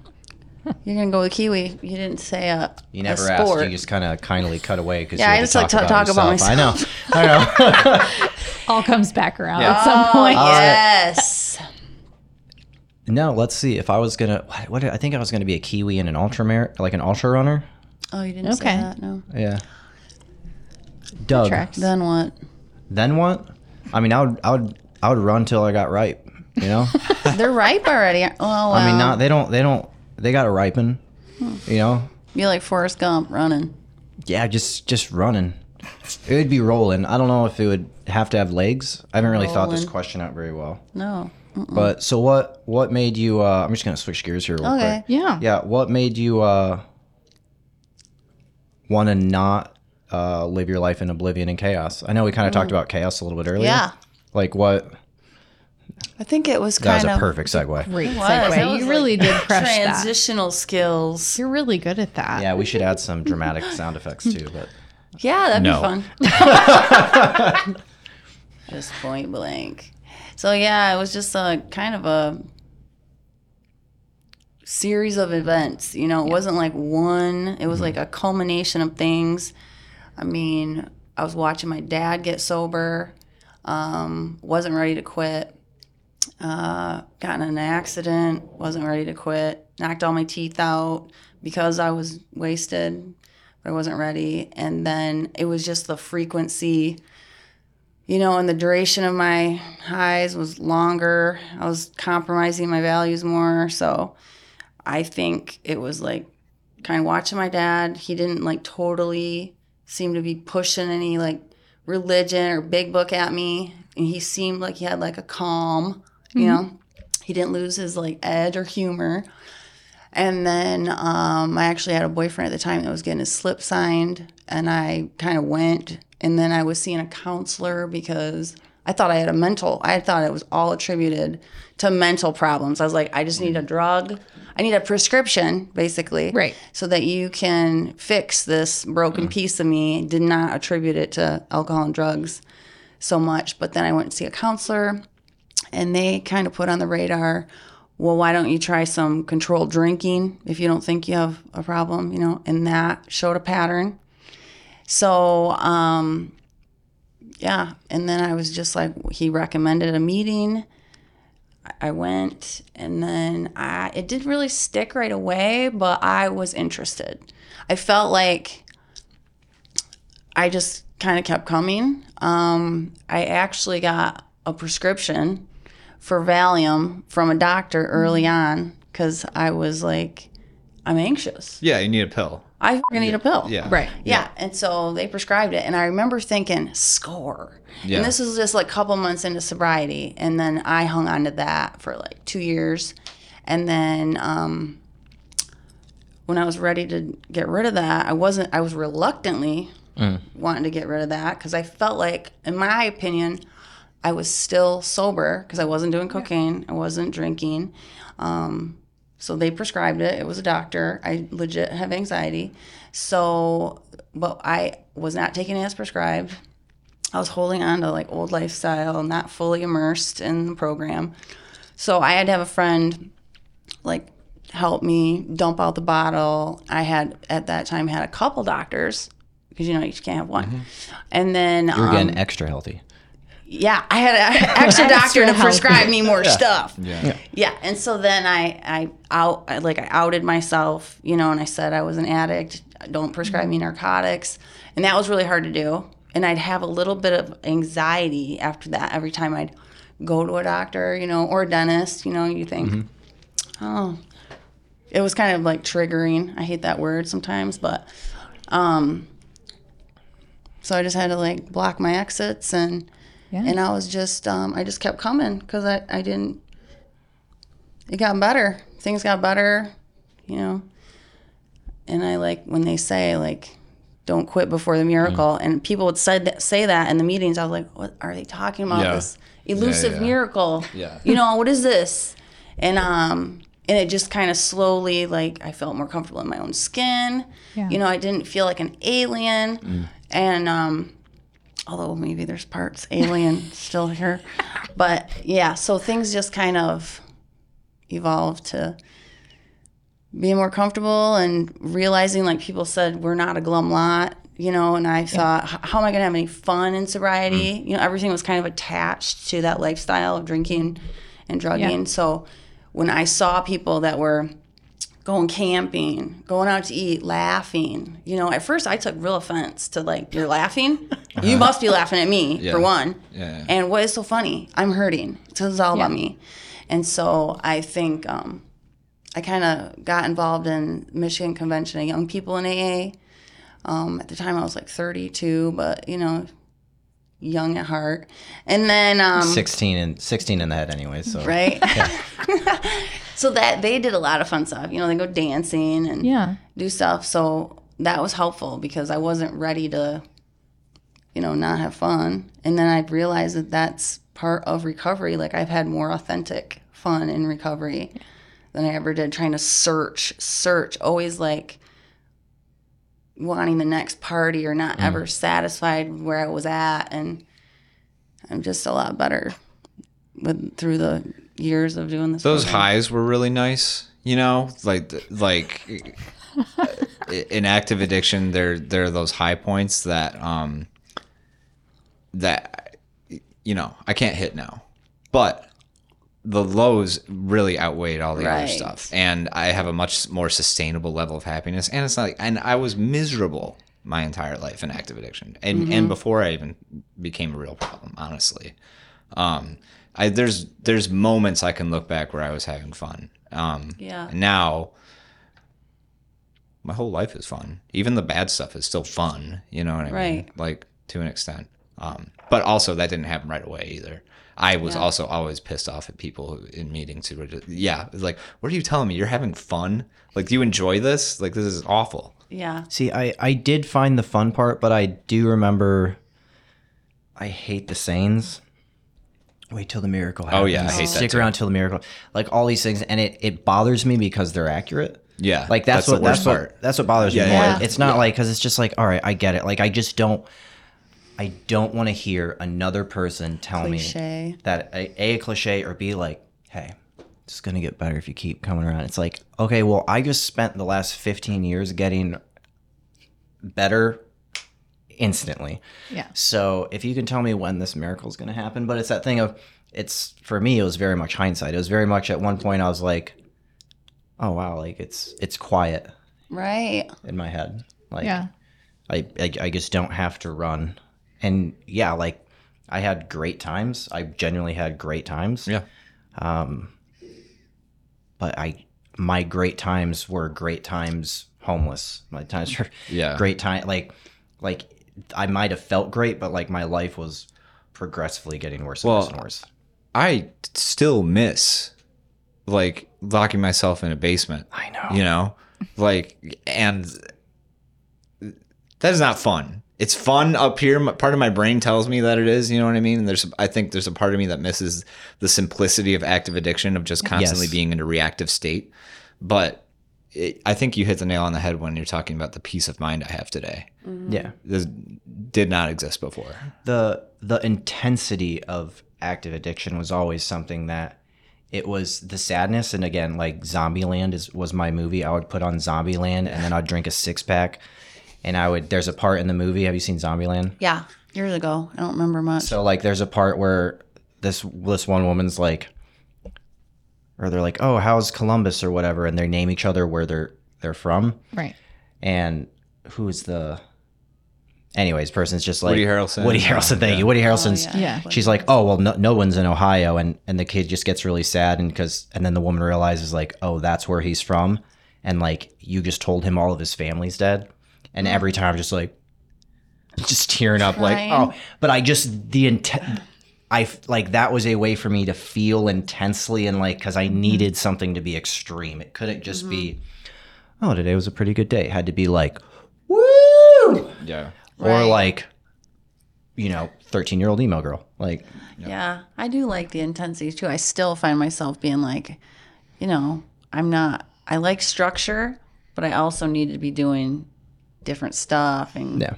You're gonna go with kiwi. You didn't say a
You
a
never asked.
sport.
You just kind of kindly cut away because
Yeah,
you
I
had
just
to
like
talk,
to
about,
talk about
myself. I know. I know.
all comes back around at some point.
Oh,
right.
yes.
No, let's see. If I was gonna, what, what I think I was gonna be a kiwi and an ultra mar- like an ultra runner.
Oh, you didn't say
Okay.
that. No.
Yeah. Doug.
Tracks.
Then what?
Then what? I mean, I would, I would, I would run till I got ripe. You know.
They're ripe already. Oh, wow. Hmm.
I mean, not they don't, they don't, they got to ripen. You know.
You're like Forrest Gump running.
Yeah, just, just running. It would be rolling. I don't know if it would have to have legs. I haven't really thought this
Rolling.
question out very well.
No.
But so what? What made you? Uh, I'm just gonna switch gears here real
Okay.
quick.
Yeah.
Yeah. What made you uh, want to not uh, live your life in oblivion and chaos? I know we kind of talked about chaos a little bit earlier.
Mm. Yeah.
Like what?
I think it was
That was
kind
a
of
perfect segue.
Great
was. That
segue.
was
You really did crush that.
transitional skills.
You're really good at that.
Yeah, we should add some dramatic sound effects too. But
Yeah, that'd
No.
be fun. just point blank. So yeah, it was just a kind of a series of events. You know, it wasn't like one. It was like a culmination of things. I mean, I was watching my dad get sober. Um, wasn't ready to quit. Uh, got in an accident. Wasn't ready to quit. Knocked all my teeth out because I was wasted but I wasn't ready. And then it was just the frequency, you know, and the duration of my highs was longer. I was compromising my values more. So I think it was like kind of watching my dad. He didn't like totally seem to be pushing any like religion or big book at me. And he seemed like he had like a calm, you know, he didn't lose his like edge or humor. And then um, I actually had a boyfriend at the time that was getting his slip signed, and I kind of went. And then I was seeing a counselor because I thought I had a mental. I thought it was all attributed to mental problems. I was like, I just need a drug. I need a prescription, basically,
Right.
so that you can fix this broken piece of me. Did not attribute it to alcohol and drugs so much. But then I went to see a counselor and they kind of put on the radar well why don't you try some controlled drinking if you don't think you have a problem you know and that showed a pattern so um yeah and then i was just like he recommended a meeting I- i went and then i it did really stick right away but i was interested i felt like i just kind of kept coming um i actually got a prescription for Valium from a doctor early on because I was like, I'm anxious.
Yeah, you need a pill.
I fucking need a pill.
Yeah.
Right.
Yeah. And so they prescribed it. And I remember thinking, score.
Yeah.
And this was just like a couple months into sobriety. And then I hung on to that for like two years. And then um, when I was ready to get rid of that, I wasn't, I was reluctantly
Mm.
wanting to get rid of that because I felt like, in my opinion, I was still sober because I wasn't doing cocaine, I wasn't drinking. Um, so they prescribed it. It was a doctor. I legit have anxiety. So, but I was not taking it as prescribed. I was holding on to like old lifestyle, not fully immersed in the program. So I had to have a friend like help me dump out the bottle. I had at that time had a couple doctors because you know you can't have one. And then
you're
um,
getting extra healthy.
yeah, I had an extra doctor to
help.
prescribe me more stuff.
Yeah.
Yeah, and so then I I out I, like I outed myself, you know, and I said I was an addict. Don't prescribe me narcotics, and that was really hard to do. And I'd have a little bit of anxiety after that every time I'd go to a doctor, you know, or a dentist, you know. You think, oh, it was kind of like triggering. I hate that word sometimes, but um, so I just had to like block my exits and.
Yeah.
And I was just, um, I just kept coming because I, I didn't it got better. Things got better, you know. And I like when they say like, "Don't quit before the miracle," and people would say that, say that in the meetings. I was like, "What are they talking about?
Yeah.
This elusive
yeah.
miracle?
Yeah.
You know what is this?" And um, and it just kind of slowly like I felt more comfortable in my own skin.
Yeah.
You know, I didn't feel like an alien,
Mm.
and um, although maybe there's parts alien still here. But yeah, so things just kind of evolved to being more comfortable and realizing, like people said, we're not a glum lot, you know. And I thought, "H- how am I going to have any fun in sobriety? You know, everything was kind of attached to that lifestyle of drinking and drugging. So when I saw people that were going camping, going out to eat, laughing. You know, at first I took real offense to like, you're laughing? You must be laughing at me, for one.
Yeah.
And what is so funny? I'm hurting. So it's all about me. And so I think um, I kind of got involved in Michigan Convention of Young People in AA. Um, at the time, I was like 32, but you know, young at heart. And then, um,
16 and 16 in the head anyway so
right? so that they did a lot of fun stuff. You know, they go dancing and
Yeah.
do stuff. So that was helpful because I wasn't ready to, you know, not have fun. And then I realized that that's part of recovery. Like I've had more authentic fun in recovery than I ever did trying to search, search, always like wanting the next party or not ever satisfied where I was at. And I'm just a lot better with through the years of doing this.
Those
program.
highs were really nice, you know, like like uh, in active addiction, there there are those high points that um that you know I can't hit now, but the lows really outweighed all the other
Right.
stuff, and I have a much more sustainable level of happiness. And it's not like, and I was miserable my entire life in active addiction, and
Mm-hmm.
and before I even became a real problem, honestly. um i there's there's moments i can look back where i was having fun um
Yeah.
now my whole life is fun even the bad stuff is still fun you know what i mean
Right.
like to an extent um but also that didn't happen right away either I was also always pissed off at people who- in meetings who were just, yeah, it's like, what are you telling me? You're having fun? Like, do you enjoy this? Like, this is awful.
Yeah.
See, I, I did find the fun part, but I do remember I hate the sayings. Wait till the miracle happens.
Oh, yeah, I hate that
Stick
too.
around till the miracle. Like all these things and it, it bothers me because they're accurate.
Yeah.
Like that's, what
the worst
that's what that's what bothers me
Yeah,
more.
yeah.
It's not like cuz it's just like, all right, I get it. Like I just don't I don't want to hear another person tell me
Cliche.
that a, a cliche or b like, hey, it's going to get better if you keep coming around. It's like, okay, well, I just spent the last 15 years getting better instantly.
Yeah.
So if you can tell me when this miracle is going to happen, but it's that thing of it's for me, it was very much hindsight. It was very much at one point I was like, oh wow, like it's it's quiet
Right.
in my head. Like
Yeah.
I, I I just don't have to run. And yeah, like I had great times. I genuinely had great times. Um,
Yeah.
But I my great times were great times homeless. My times were
Yeah.
great time like like I might have felt great, but like my life was progressively getting worse and
Well,
worse and worse.
I still miss like locking myself in a basement.
I know.
You know, like, and that is not fun. It's fun up here. My- Part of my brain tells me that it is. You know what I mean? And there's, I think there's a part of me that misses the simplicity of active addiction of just constantly
Yes.
being in a reactive state. But it, I think you hit the nail on the head when you're talking about the peace of mind I have today.
Yeah.
This did not exist before.
the the intensity of active addiction was always something that it was the sadness and again like Zombieland is was my movie. I would put on Zombieland and then I'd drink a six pack and I would there's a part in the movie, have you seen Zombieland?
Yeah. Years ago. I don't remember much.
So like there's a part where this this one woman's like or they're like, "Oh, how's Columbus or whatever?" and they name each other where they're they're from.
Right.
And who's the anyways, person's just like
Woody Harrelson.
Woody Harrelson, thank you. Woody
Oh,
Harrelson's
Yeah.
she's like, "Oh well, no, no one's in Ohio," and and the kid just gets really sad, and because and then the woman realizes like, "Oh, that's where he's from," and like you just told him all of his family's dead, and every time just like, just tearing up like,
Crying.
"Oh," but I just the intent. I f- like that was a way for me to feel intensely and like because I needed something to be extreme. It couldn't just be, oh, today was a pretty good day. It had to be like, woo,
Yeah.
or
Right.
like, you know, thirteen year old emo girl. Like,
Yeah, I do like the intensity too. I still find myself being like, you know, I'm not. I like structure, but I also need to be doing different stuff and
yeah.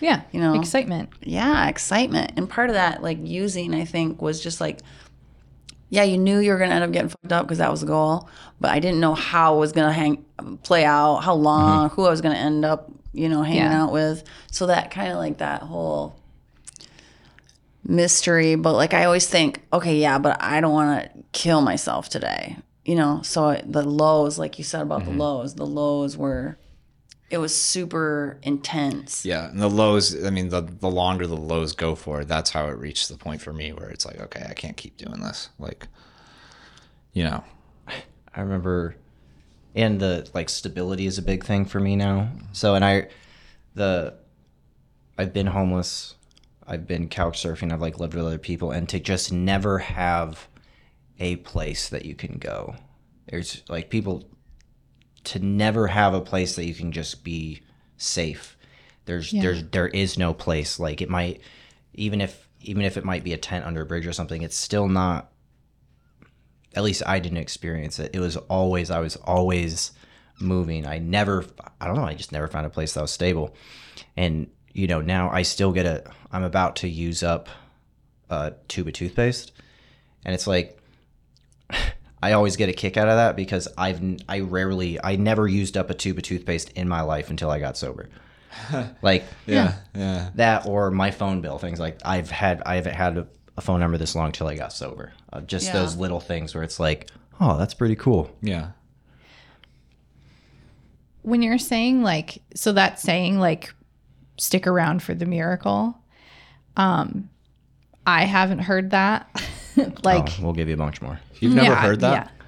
Yeah.
You know.
excitement.
yeah, excitement. And part of that, like using, I think, was just like, yeah, you knew you were gonna end up getting fucked up because that was the goal, but I didn't know how it was gonna hang play out, how long, who I was gonna end up, you know, hanging
Mm-hmm. Yeah.
out with. So that kind of like that whole mystery. But like I always think, okay, yeah, but I don't want to kill myself today, you know. So the lows, like you said about
Mm-hmm.
the lows, the lows were. It was super intense.
Yeah, and the lows. I mean, the the longer the lows go for, that's how it reached the point for me where it's like, okay, I can't keep doing this. Like, you know,
I remember, and the like stability is a big thing for me now. So, and I, the I've been homeless, I've been couch surfing, I've like lived with other people, and to just never have a place that you can go. There's like people to never have a place that you can just be safe. There's
Yeah.
there's there is no place. Like it might even if even if it might be a tent under a bridge or something, it's still not at least I didn't experience it. It was always I was always moving. I never I don't know, I just never found a place that was stable. And you know, now I still get a I'm about to use up a tube of toothpaste. And it's like I always get a kick out of that because I've n- I rarely I never used up a tube of toothpaste in my life until I got sober. like
Yeah. Yeah.
that or my phone bill things like i've had i haven't had a, a phone number this long till i got sober uh, just
Yeah.
those little things where it's like oh that's pretty cool
Yeah.
when you're saying like so that saying like stick around for the miracle um i haven't heard that like
oh, we'll give you a bunch more
You've never
Mm, yeah,
heard that?
yeah.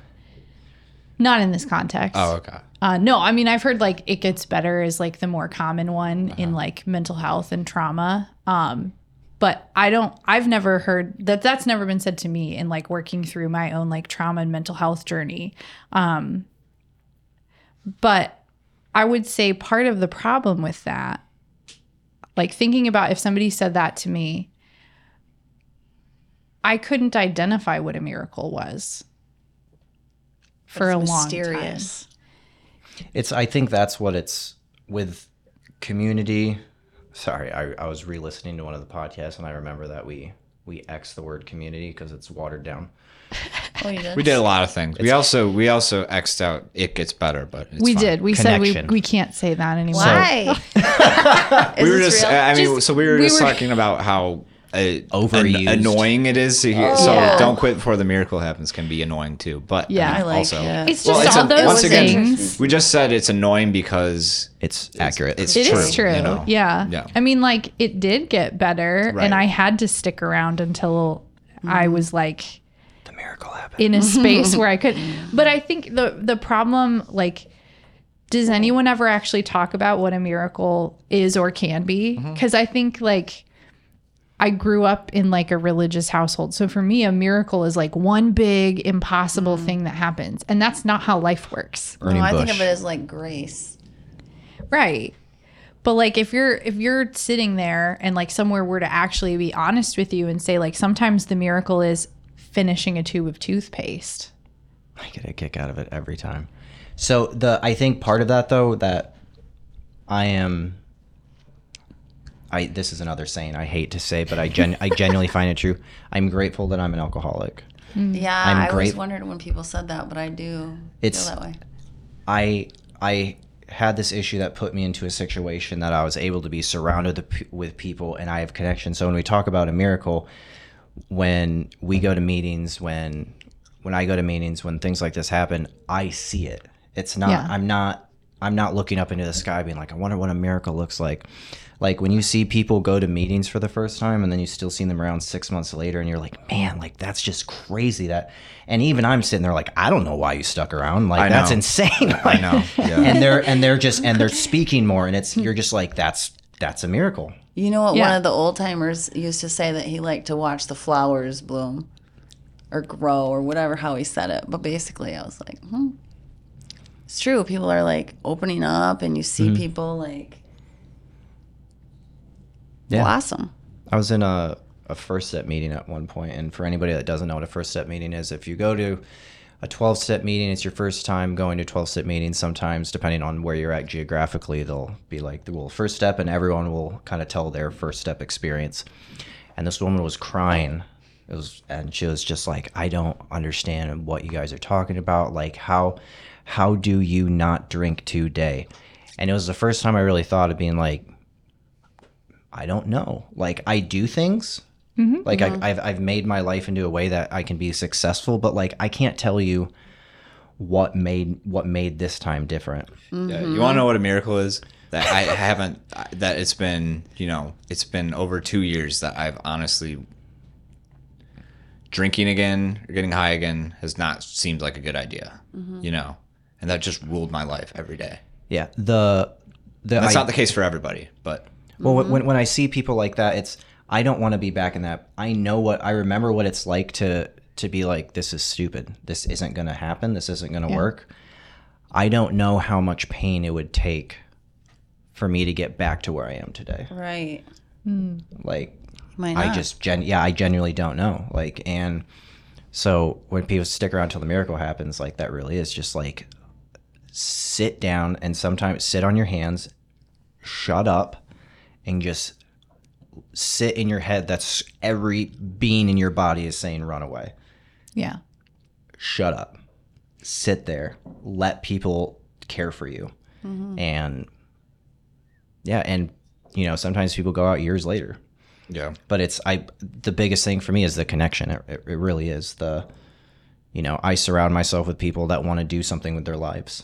not in this context
Oh, okay.
Uh, no, I mean I've heard like it gets better is like the more common one in like mental health and trauma. Um, but I don't. I've never heard that. That's never been said to me in like working through my own like trauma and mental health journey. Um, but I would say part of the problem with that, like thinking about if somebody said that to me, I couldn't identify what a miracle was for
It's
a long time.
mysterious.
it's i think that's what it's with community sorry i, I was re-listening to one of the podcasts and i remember that we we x the word community because it's watered down
Oh, you did?
We did a lot of things. we also we also xed out it gets better, but it's
we
fine.
did. We said
Connection.
we, we can't say that anymore.
Why? Is
we were
this
just.
real?
I mean,
Just-
so we were
we
just
were-
talking about how uh, an-
Overused.
annoying it is. To hear. so
Yeah.
don't quit before the miracle happens can be annoying too. But
Yeah.
mean,
I
like
also,
it.
It's
Well,
just
it's
all
a-
those
once again,
things.
we just said it's annoying because
it's, accurate
it's
It is
true,
true.
you know?
Yeah.
Yeah.
I mean, like it did get better,
Right.
and I had to stick around until I was like
Mm-hmm. the miracle happened
in a space where I could. But I think the the problem, like, does anyone ever actually talk about what a miracle is or can be?
Mm-hmm.
Because I think like. I grew up in like a religious household. So for me, a miracle is like one big impossible
Mm-hmm.
thing that happens. And that's not how life works.
Burning
no, I think
bush.
of it as like grace.
Right. But like if you're if you're sitting there and like somewhere were to actually be honest with you and say like sometimes the miracle is finishing a tube of toothpaste.
I get a kick out of it every time. So the I think part of that though that I am I this is another saying I hate to say but I gen I genuinely find it true. I'm grateful that I'm an alcoholic.
Mm.
Yeah,
I'm
I always
great-
wondered when people said that, but I do
It's-
feel that way.
I I had this issue that put me into a situation that I was able to be surrounded the p- with people and I have connections. So when we talk about a miracle, when we go to meetings, when when I go to meetings, when things like this happen, I see it. It's not.
Yeah.
I'm not. I'm not looking up into the sky, being like, I wonder what a miracle looks like. Like when you see people go to meetings for the first time, and then you still see them around six months later, and you're like, man, like that's just crazy. That, and even I'm sitting there like, I don't know why you stuck around. Like
I
that's
know.
insane.
I know. Yeah.
and they're and they're just and they're speaking more, and it's you're just like, that's that's a miracle.
You know what? One
Yeah.
of the old timers used to say that he liked to watch the flowers bloom or grow or whatever how he said it. But basically, I was like, hmm. It's true. People are like opening up and you see
Mm-hmm.
people like
Yeah.
blossom.
I was in a, a first step meeting at one point, and for anybody that doesn't know what a first step meeting is, if you go to a 12 step meeting, it's your first time going to 12 step meetings. Sometimes, depending on where you're at geographically, they'll be like, well, first step, and everyone will kind of tell their first step experience. And this woman was crying. It was, and she was just like, I don't understand what you guys are talking about. Like, how, how do you not drink today? And it was the first time I really thought of being like, I don't know. Like I do things. Like I, I've I've made my life into a way that I can be successful, but like I can't tell you what made what made this time different.
Yeah, you want to know what a miracle is? That I haven't. That it's been, you know, it's been over two years that I've honestly drinking again, or getting high again, has not seemed like a good idea. You know, and that just ruled my life every day.
Yeah. The the,
That's
I-
not the case for everybody, but
Well, when- when, when I see people like that, it's I don't want to be back in that. I know what I remember what it's like to to be like this is stupid. This isn't going to happen. This isn't going to work. I don't know how much pain it would take for me to get back to where I am today.
Right.
Like
Might
I
not.
just gen yeah, I genuinely don't know. Like and so when people stick around till the miracle happens, like that really is just like sit down and sometimes sit on your hands, shut up, and just sit in your head. That's every being in your body is saying run away.
Yeah.
Shut up. Sit there. Let people care for you.
Mm-hmm.
And yeah, and you know, sometimes people go out years later
yeah,
but it's i the biggest thing for me is the connection it, it, it really is the you know i surround myself with people that want to do something with their lives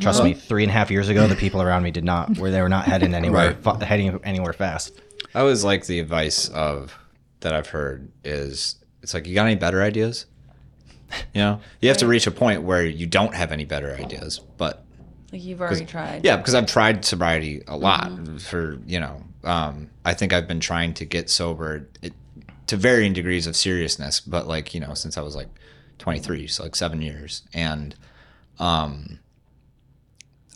trust me three and a half years ago the people around me did not where they were not heading anywhere fa- heading anywhere fast
I always like the advice of that I've heard is it's like you got any better ideas? You know, you have to reach a point where you don't have any better ideas. But
Like you've already tried. Mm-hmm.
yeah, because I've tried sobriety a lot for you know, um, I think I've been trying to get sober it, to varying degrees of seriousness, but like you know, since I was like 23, so like seven years, and um,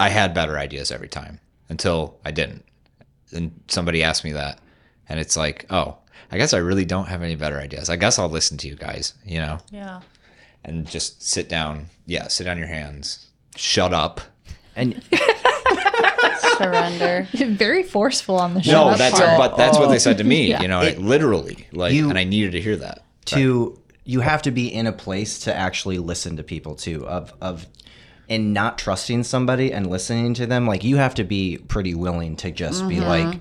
I had better ideas every time until I didn't and somebody asked me that and it's like oh i guess i really don't have any better ideas i guess i'll listen to you guys you know
Yeah.
and just sit down yeah sit on your hands shut up
and
Surrender.
Very forceful on the show.
no that's
part.
but that's what they said to me you know
Oh. It-
literally like
You-
and i needed to hear that
to you have to be in a place to actually listen to people too of of and not trusting somebody and listening to them like you have to be pretty willing to just be
Mm-hmm.
like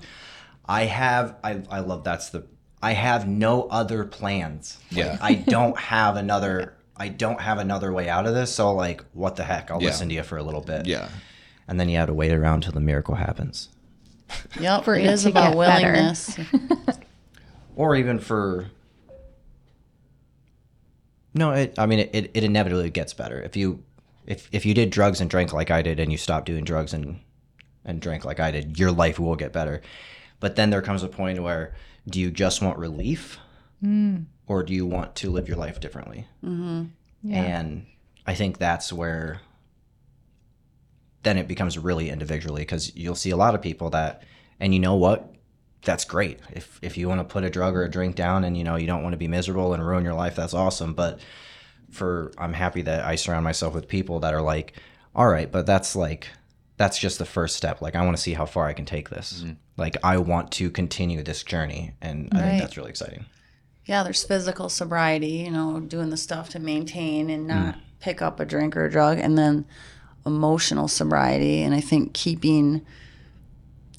i have i i love that's the i have no other plans Like,
Yeah.
i don't have another i don't have another way out of this so like what the heck i'll listen to you for a little bit
yeah
and then you have to wait around till the miracle happens
Yep.
For
it
it
is
to
about
get better.
willingness.
or even for no it i mean it, it, it inevitably gets better if you if if you did drugs and drank like i did and you stopped doing drugs and and drank like i did your life will get better but then there comes a point where do you just want relief
Hmm.
or do you want to live your life differently
Mm-hmm.
Yeah.
and i think that's where then it becomes really individually because you'll see a lot of people that and you know what that's great if if you want to put a drug or a drink down and you know you don't want to be miserable and ruin your life that's awesome but for i'm happy that i surround myself with people that are like all right but that's like that's just the first step like i want to see how far i can take this like i want to continue this journey and i
Right.
think that's really exciting
Yeah, there's physical sobriety, you know, doing the stuff to maintain and not pick up a drink or a drug, and then emotional sobriety. And I think keeping,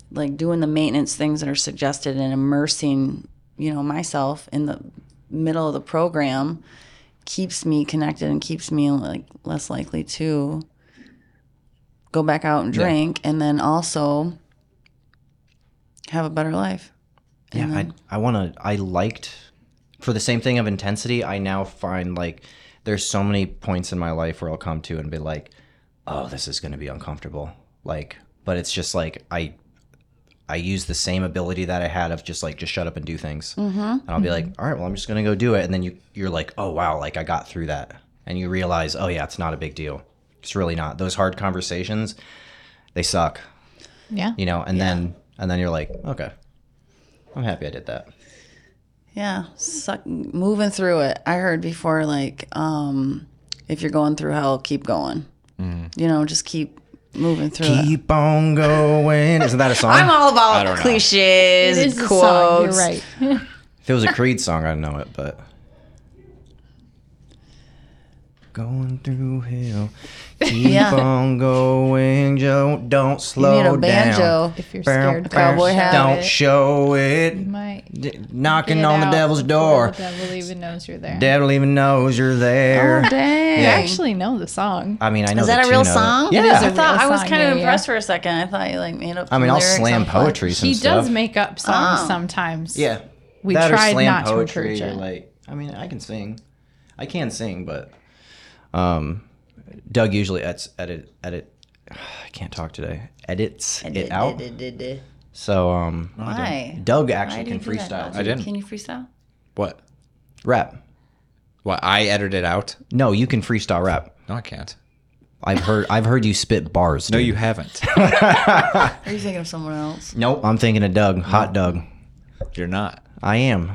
like, doing the maintenance things that are suggested and immersing, you know, myself in the middle of the program keeps me connected and keeps me, like, less likely to go back out and drink and then also have a better life.
Yeah, I, I want to. I liked for the same thing of intensity. I now find like there's so many points in my life where I'll come to and be like, "Oh, this is going to be uncomfortable." Like, but it's just like I, I use the same ability that I had of just like just shut up and do things, mm-hmm. and I'll be like, "All right, well, I'm just going to go do it," and then you you're like, "Oh wow, like I got through that," and you realize, "Oh yeah, it's not a big deal. It's really not." Those hard conversations, they suck,
yeah.
you know. And then and then you're like, "Okay, I'm happy I did that."
Yeah, suck, moving through it. I heard before, like, um, if you're going through hell, keep going.
Mm.
You know, just keep moving through it.
Keep on going. Isn't that a song?
I'm all
don't
about
know.
cliches,
It is a
quotes.
song. You're right.
if it was a Creed song, I'd know it, but. Going through hell. Keep
Yeah.
on going, Joe. Don't
You
slow
need a banjo.
down.
If you're
Bow,
scared,
bow,
Cowboy
don't
hat.
shout
Don't
it.
show it.
You might
D-
get
knocking on the
out
devil's
before
door.
The devil even knows you're there.
Devil even knows you're
Oh,
there.
dang.
I actually know the song.
I mean, I know.
Is that
the
a real
tune of it.
song?
Yeah.
I
a real
thought I was
song,
kind
yeah,
of
yeah.
impressed for a second. I thought you like made up.
I mean,
some
I'll
lyrics
slam
off of it.
poetry some
He
stuff.
does make up songs
Ah.
sometimes.
Yeah.
We
that
tried
or slam
not to
poetry
encourage
or
it.
like I mean I can sing. I can sing, but um Doug usually edits edit edit I can't talk today. Edits
Did-
it out.
did- did- did-
So um,
Why?
Doug
Why
actually
do
can
you do that,
freestyle.
Dawson?
I didn't.
Can you freestyle?
What?
Rap.
What? I edited out?
No, you can freestyle rap.
No, I can't.
I've heard I've heard you spit bars.
No,
dude.
you haven't.
Are you thinking of someone else?
Nope. I'm thinking of Doug. Hot Doug.
You're not.
I am.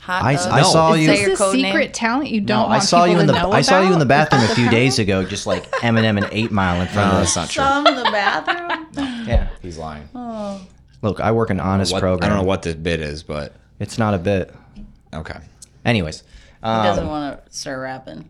Hot
I,
Dogs?
I saw you.
Say
Is
your
this
code name.
secret talent you don't
No,
want
I saw you
people
in
to
the
know
I saw you in the
about?
bathroom a few days ago, just like Eminem and Eight Mile in front
No,
of us.
that's not true.
Some in the bathroom.
Yeah.
He's lying.
Oh,
Look, I work an honest
What- I
program.
don't know what this bit is, but
It's not a bit.
okay.
Anyways,
He
um,
doesn't want to start rapping.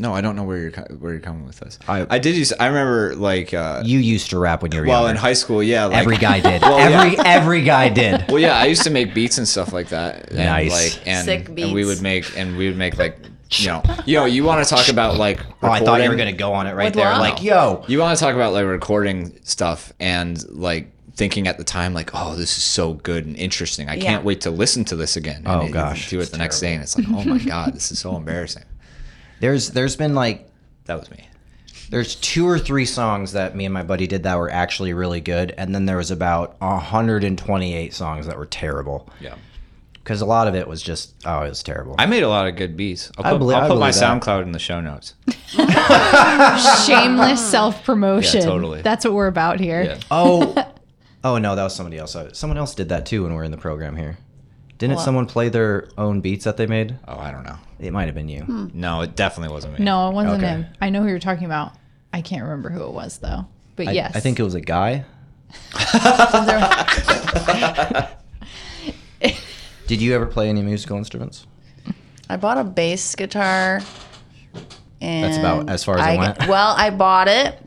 No, I don't know where you're co- where you're coming with this.
I-
I, did use. I remember like uh,
um, you used to rap when you were
well in
younger.
high school. Yeah, like,
every guy did.
Well, yeah.
every every guy did.
Well, yeah, I used to make beats and stuff like that. And,
Nice.
Like, and,
Sick
And we
beats.
would make and we would make like you know you know you want to talk about like
Oh, I thought you were
recording-
gonna go on it right
With
there.
what?
Like, yo,
You want to talk about like recording stuff and like thinking at the time like oh this is so good and interesting. I
Yeah.
can't wait to listen to this again. And
Oh,
it- you
gosh,
do it the next day and it's like oh my god this is so embarrassing.
there's there's been like
That was me.
There's two or three songs that me and my buddy did that were actually really good, and then there was about 128 songs that were terrible
Yeah.
because a lot of it was just oh, it was terrible.
I made a lot of good beats. I'll
I
put,
believe-
I'll
I
put my
believe that.
SoundCloud in the show notes.
Shameless self promotion.
Yeah, totally.
That's what we're about here.
Yeah.
oh, oh no, that was somebody else. Uh, Someone else did that too when we were in the program here. Didn't someone play their own beats that they made?
Oh, I don't know.
It might have been you.
Hmm.
No, it definitely wasn't me.
No, it wasn't
Okay.
him. I know who you're talking about. I can't remember who it was though. But
I,
yes,
I think it was a guy. did you ever play any musical instruments?
I bought a bass guitar. And
That's about as far as it went.
Well, I bought it.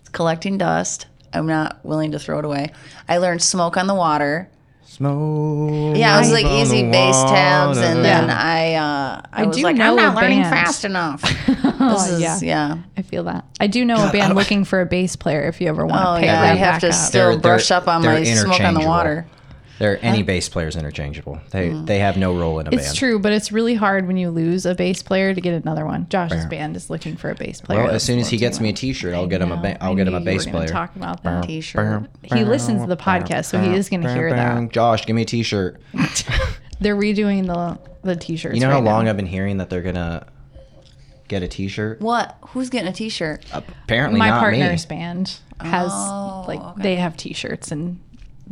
It's collecting dust. I'm not willing to throw it away. I learned smoke on the water.
Smoke.
Yeah, it was like
on the
easy bass tabs,
water.
and then
Yeah.
I uh, I, was
do
like,
know
I'm not
a
learning
band." Oh,
fast enough. This is,
yeah.
yeah.
I feel that. I do know a band looking for a bass player. If you ever want
Oh
to pick
yeah,
that
I have
back
to
up.
still
They're-
brush
they're-
up on
they're
my smoke on the
interchangeable.
water.
There, any bass player is interchangeable. They they have no role in a
uh, Mm. it's
band.
true, but it's really hard when you lose a bass player to get another one. Josh's band is looking for a bass player.
Well, as
that's
soon as he
working
gets me a
out.
T-shirt, I'll get him a ba-
I
I'll get him
knew
a
you were
bass
gonna
player.
Talk about that.
T-shirt.
He listens to the podcast, so he is going to hear that.
Josh, give me a T-shirt.
They're redoing the the t-shirts.
You know how
right now.
long I've been hearing that they're gonna get a T-shirt?
What? Who's getting a T-shirt?
Apparently
my
not
partner's
me.
band has
Oh,
like
okay.
they have t-shirts and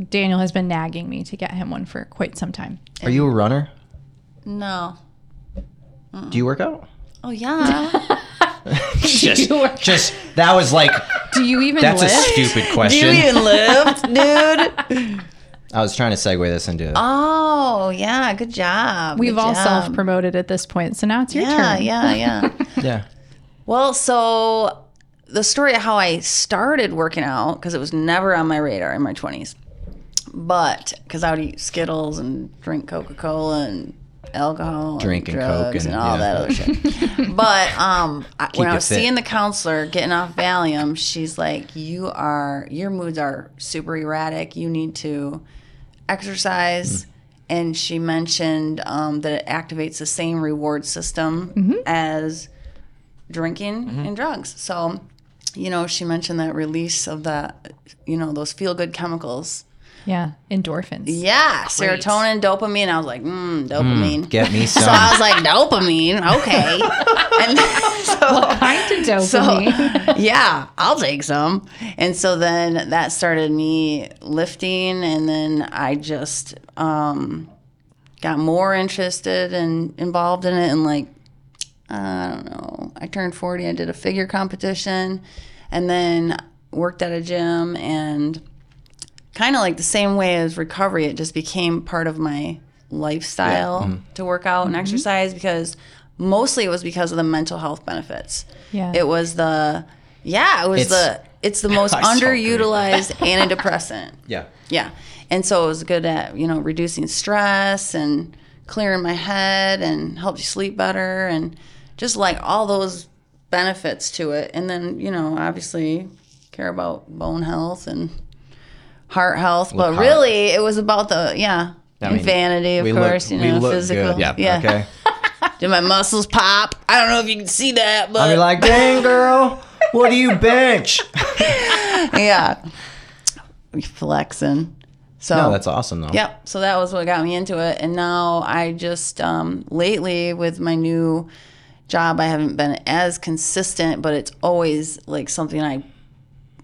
Daniel has been nagging me to get him one for quite some time.
Are you a runner?
No.
Do you work out?
Oh yeah.
Just, just that was like
Do you even
that's a
lift?
Do
stupid
you
question.
even lift, dude?
I was trying to segue this into.
Oh yeah, good job.
We've
good
all
job.
self-promoted at this point, so now it's your
Yeah,
turn.
yeah, yeah.
yeah.
Well, so the story of how I started working out because it was never on my radar in my twenties, but because I would eat Skittles and drink Coca Cola and alcohol,
Drink and
and
Coke
drugs
and-
and, all
yeah.
that other shit. but um, I, when
it
I was
fit.
seeing the counselor getting off Valium, she's like, "You are your moods are super erratic. You need to
Mm-hmm.
exercise." And she mentioned um, that it activates the same reward system as drinking
Mm-hmm.
and drugs. So, you know, she mentioned that release of the, you know, those feel good chemicals.
Yeah, endorphins.
Yeah, serotonin, dopamine. I was like, mm, dopamine.
Get me
so I
some.
was like, dopamine, okay. and so,
Kind of
so
dopamine.
yeah, I'll take some. And so then that started me lifting, and then I just um, got more interested and involved in it. And like, I don't know, I turned 40, I did a figure competition, and then worked at a gym. And kind of like the same way as recovery, it just became part of my lifestyle to work out and exercise because mostly it was because of the mental health benefits.
Yeah.
It was the yeah, it was
It's-
the it's the most
I so agree.
underutilized antidepressant.
yeah.
Yeah. And so it was good at, you know, reducing stress and clearing my head and helped you sleep better and just like all those benefits to it. And then, you know, obviously care about bone health and heart health. but
hot.
really it was about the yeah.
I
and
mean,
vanity, of
we look-
course,
we
you know,
look
physical.
good.
Yeah.
yeah.
Okay.
Did my muscles pop? I don't know if you can see that, but
I'd be like, dang, girl. What do you bench?
yeah, flexing. So
No, Oh, that's awesome though.
Yep. So that was what got me into it. And now I just um, lately with my new job, I haven't been as consistent, but it's always like something I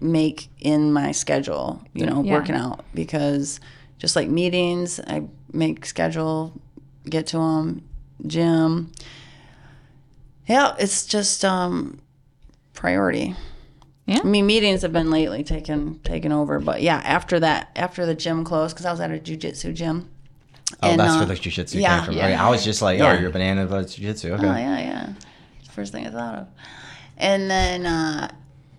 make in my schedule, you know,
Yeah.
working out because just like meetings, I make schedule, get to them, gym. Yeah, it's just um, priority.
Yeah.
I mean, meetings have been lately taken taken over, but yeah, after that, after the gym closed, because I was at a jujitsu gym.
Oh,
And,
that's
uh,
where the jujitsu
yeah,
came from.
yeah.
Right? I was just like, oh,
Yeah.
you're a banana, but it's jujitsu. Okay.
Oh yeah, yeah. It's the First thing I thought of. And then uh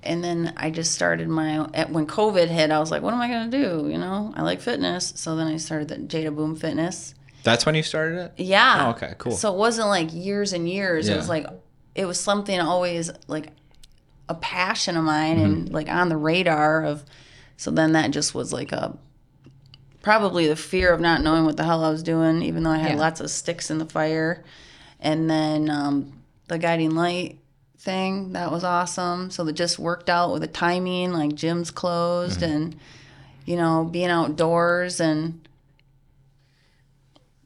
and then I just started my at when COVID hit, I was like, what am I gonna do? You know, I like fitness. So then I started the Jada Boom Fitness.
That's when you started it.
Yeah.
Oh, okay, cool.
So it wasn't like years and years. It was
Yeah.
like it was something always like a passion of mine
Mm-hmm.
and like on the radar of so then that just was like a probably the fear of not knowing what the hell I was doing, even though I had
Yeah.
lots of sticks in the fire. And then um, the guiding light thing, that was awesome. So that just worked out with the timing, like gyms closed
Mm-hmm.
and you know, being outdoors and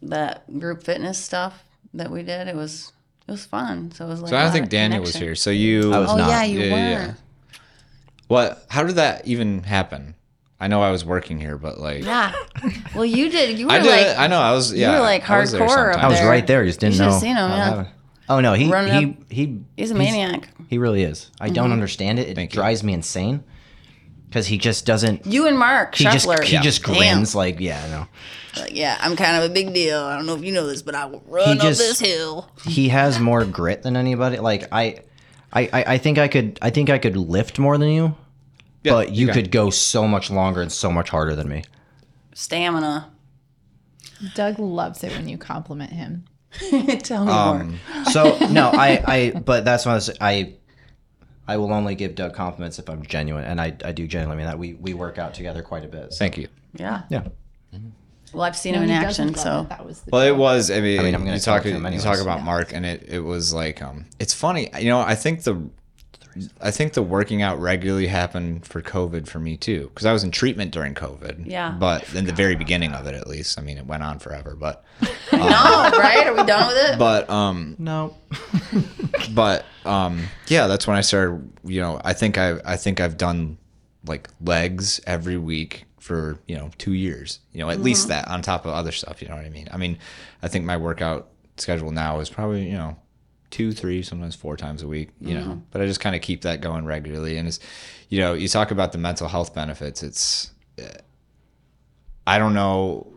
that group fitness stuff that we did, it was it was fun. So it was like
So I
a
don't
lot
think
of
Daniel was
uh, connection.
here. So you.
I was
Oh
not.
yeah, you
Yeah,
were.
yeah, yeah. What? How did that even happen? I know I was working here, but like.
Yeah. Well, you did. You were
I did.
like,
it. I know. I was. Yeah.
were, like,
I was there
hardcore
sometimes.
about
I was
there.
right there. You just didn't
You
know.
should've seen him,
what
yeah.
happened. Oh no, he
Running
he, he
he's a maniac. Mm-hmm.
He really is. I don't understand it. It
Thank you.
drives me insane because he just doesn't.
You and Mark
He
Scheffler.
just he just grins like yeah, I know.
Like, yeah, I'm kind of a big deal. I don't know if you know this, but I will run
He
up
just-
this hill.
He has more grit than anybody. Like I, I, I I think I could I think I could lift more than you,
Yeah,
but you
okay.
could go so much longer and so much harder than me.
Stamina.
Doug loves it when you compliment him.
Tell me
Um,
more.
So no, I, I but that's why I I will only give Doug compliments if I'm genuine, and I, I do genuinely mean that. We we work out together quite a bit. So.
Thank you.
Yeah.
Yeah.
Well, I've seen
No,
him in
he doesn't
action,
love
so
it. that was the
Well, it was. I mean,
mean, I'm gonna
you talk.
talk to him
you
anyways.
talk about Mark, and it it was like um, it's funny. You know, I think the, I think the working out regularly happened for COVID for me too, because I was in treatment during COVID.
Yeah.
But in the very beginning of it, at least, I mean, it went on forever. But
no, right? Are we done with it?
but um,
No.
but um yeah that's when i started you know i think i i think i've done like legs every week for you know two years you know at least that on top of other stuff you know what i mean i mean i think my workout schedule now is probably you know two three sometimes four times a week you know but i just kind of keep that going regularly and it's you know you talk about the mental health benefits it's I don't know.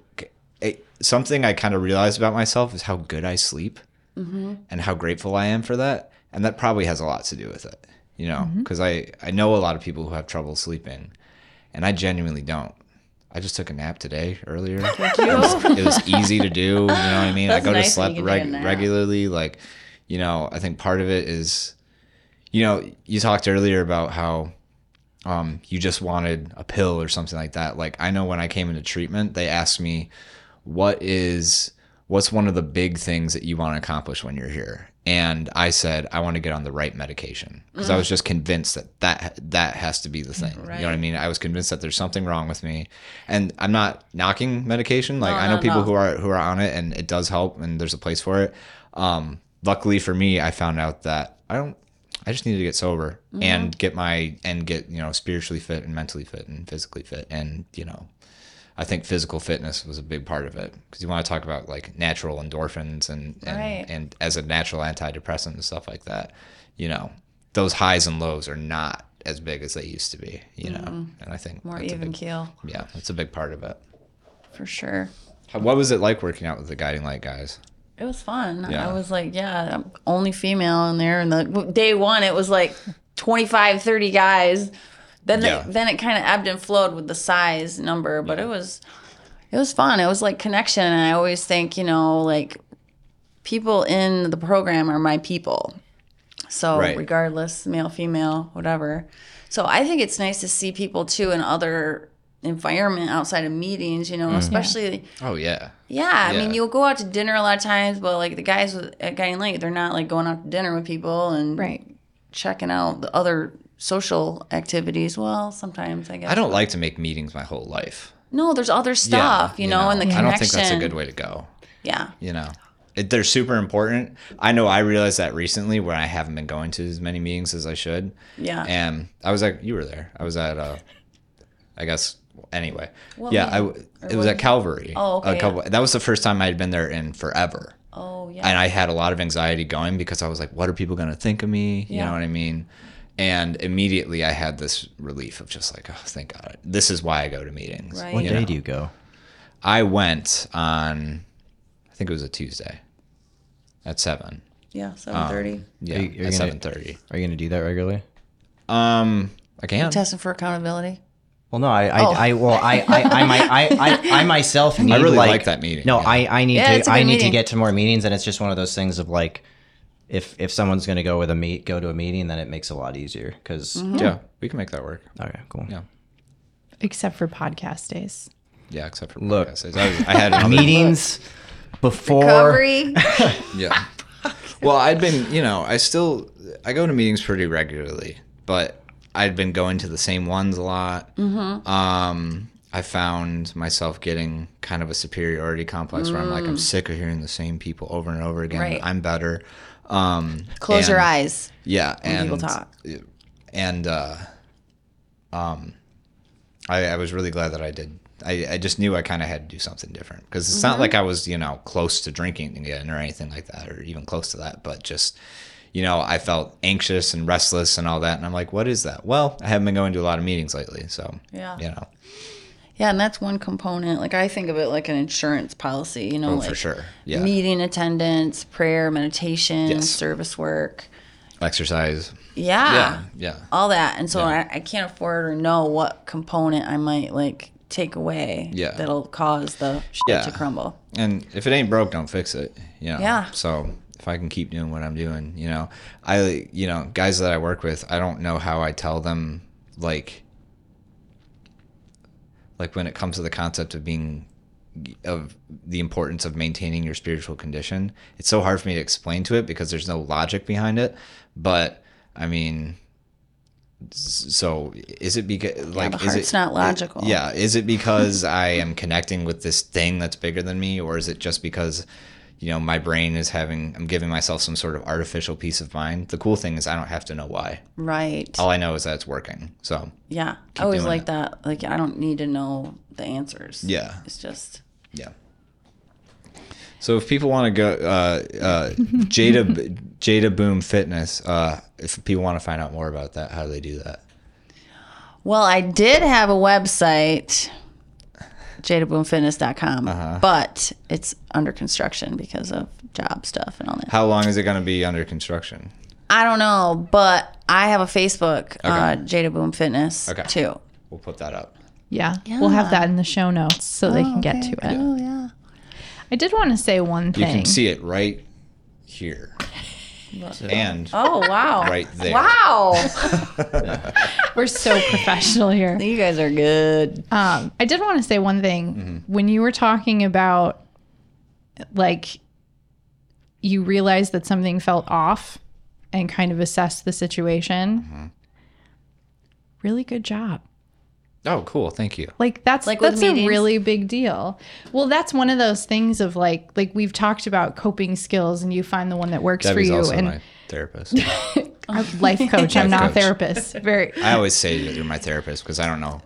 It, something I kind of realized about myself is how good I sleep
Mm-hmm.
and how grateful I am for that. And that probably has a lot to do with it, you know,
Mm-hmm.
because I, I know a lot of people who have trouble sleeping and I genuinely don't. I just took a nap today earlier. It was, it was easy to do. You know what I mean?
That's
I go
nice
to
when
sleep
you can take a
reg-
nap.
regularly. Like, you know, I think part of it is, you know, you talked earlier about how um, you just wanted a pill or something like that. Like I know when I came into treatment, they asked me, "What is what's one of the big things that you want to accomplish when you're here?" And I said, "I want to get on the right medication," because I was just convinced that that that has to be the thing. You know what I mean? I was convinced that there's something wrong with me, and I'm not knocking medication. Like I know
no,
people
no.
who are who are on it, and it does help, and there's a place for it. Um, luckily for me, I found out that I don't I just needed to get sober and
Mm-hmm.
get my and get you know spiritually fit and mentally fit and physically fit and you know I think physical fitness was a big part of it because you want to talk about like natural endorphins and and,
Right.
and as a natural antidepressant and stuff like that you know those highs and lows are not as big as they used to be you know and I think
Mm-hmm. More
that's a
even
big,
keel
yeah that's a big part of it
for sure.
How- what was it like working out with the guiding light guys
It was fun.
Yeah.
I was like, yeah, I'm only female in there. And the w- day one, it was like 25, 30 guys. Then,
Yeah.
it, then it kind of ebbed and flowed with the size number, but it was, it was fun. It was like connection. And I always think, you know, like people in the program are my people. So
Right.
regardless, male, female, whatever. So I think it's nice to see people too in other environment outside of meetings, you know, especially
oh yeah
yeah, I mean,
Yeah.
you'll go out to dinner a lot of times, but like the guys with, at Guiding Light, they're not like going out to dinner with people and
right.
checking out the other social activities. Well, sometimes I guess.
I don't like to make meetings my whole life.
No, there's other stuff, you, know, and the
I
connection.
don't think that's a good way to go.
Yeah.
You know, it, they're super important. I know I realized that recently where I haven't been going to as many meetings as I should.
Yeah.
And I was like, you were there. I was at, uh, I guess, anyway.
What
yeah, I
meeting?
w it was at Calvary.
Oh, okay,
a
yeah.
couple- That was the first time I had been there in forever.
oh, yeah.
And I had a lot of anxiety going because I was like, what are people going to think of me? You
Yeah.
know what I mean? And immediately I had this relief of just like, oh, thank God. This is why I go to meetings.
Right.
What
you
day
know?
do you go?
I went on, I think it was a Tuesday at 7.
yeah. Seven thirty.
Yeah,
Are you- are you
at
gonna-
7.30.
Are you going to do that regularly?
Um, I can.
Testing for accountability.
Well, no, I, I,
Oh.
I well, I, I, I, my, I, I, I myself need.
really
like,
like that meeting,
No,
yeah.
I, I need
Yeah, it's
to,
a
I
good
need to
meeting.
get to more meetings, and it's just one of those things of like, if if someone's gonna go with a meet, go to a meeting, then it makes it a lot easier. because
Mm-hmm.
Yeah, we can make that work.
okay, cool.
Yeah.
except for podcast days.
Yeah, except for
Look.
podcasts. I, was, I had another-
Meetings before
Recovery.
Yeah. Well, I'd been, you know, I still I go to meetings pretty regularly, but I'd been going to the same ones a lot. Mm-hmm. Um, I found myself getting kind of a superiority complex where I'm like, I'm sick of hearing the same people over and over again.
Mm. Right.
I'm better. Um,
Close your
and-
eyes.
Yeah, and
people talk.
and uh, um, I, I was really glad that I did. I, I just knew I kind of had to do something different because it's not like I was you know close to drinking again or anything like that or even close to that, but just you know I felt anxious and restless and all that, and I'm like, what is that? Well, I haven't been going to a lot of meetings lately, so
Yeah.
you know,
Yeah, and that's one component. Like I think of it like an insurance policy, you know,
oh,
like
for sure, yeah,
meeting attendance, prayer, meditation,
Yes.
service work.
exercise,
Yeah.
yeah, yeah,
All that. And so I, I can't afford or know what component I might like take away
Yeah.
that'll cause the shit
Yeah.
to crumble.
and if it ain't broke don't fix it you know
Yeah.
so if i can keep doing what i'm doing you know i you know guys that i work with i don't know how i tell them like like when it comes to the concept of being of the importance of maintaining your spiritual condition it's so hard for me to explain to it because there's no logic behind it but i mean s- so is it because like
the
is
heart's
it
not logical.
yeah. Is it because I am connecting with this thing that's bigger than me, or is it just because, you know, my brain is having, I'm giving myself some sort of artificial peace of mind? The cool thing is I don't have to know why.
Right.
All I know is that it's working. So,
yeah. I always
doing
like that. Like I don't need to know the answers.
yeah.
It's just
Yeah. So if people want to go, uh, uh, Jada, Jada Boom Fitness, uh, if people want to find out more about that, how do they do that?
Well, I did have a website, jadaboomfitness.com,
Uh-huh.
but it's under construction because of job stuff and all that.
How long is it going to be under construction?
I don't know, but I have a Facebook, uh, Jada Boom Fitness,
Okay.
too.
We'll put that up.
Yeah. We'll have that in the show notes so they can get to it.
Oh, yeah.
I did want to say one
You
thing.
can see it right here. And
Oh, wow.
right there.
Wow.
We're so professional here.
you guys are good.
Um, I did want to say one thing.
Mm-hmm.
When you were talking about, like, you realized that something felt off and kind of assessed the situation.
Mm-hmm.
Really good job.
Oh, cool. Thank you.
Like that's
Like with
that's a
meetings?
really big deal. Well, that's one of those things of like like we've talked about coping skills and you find the one that works
Debbie's
for you
also
and
my therapist.
I'm life coach. I'm not
Life
a
coach.
therapist. Very
I always say that you're my therapist because I don't know.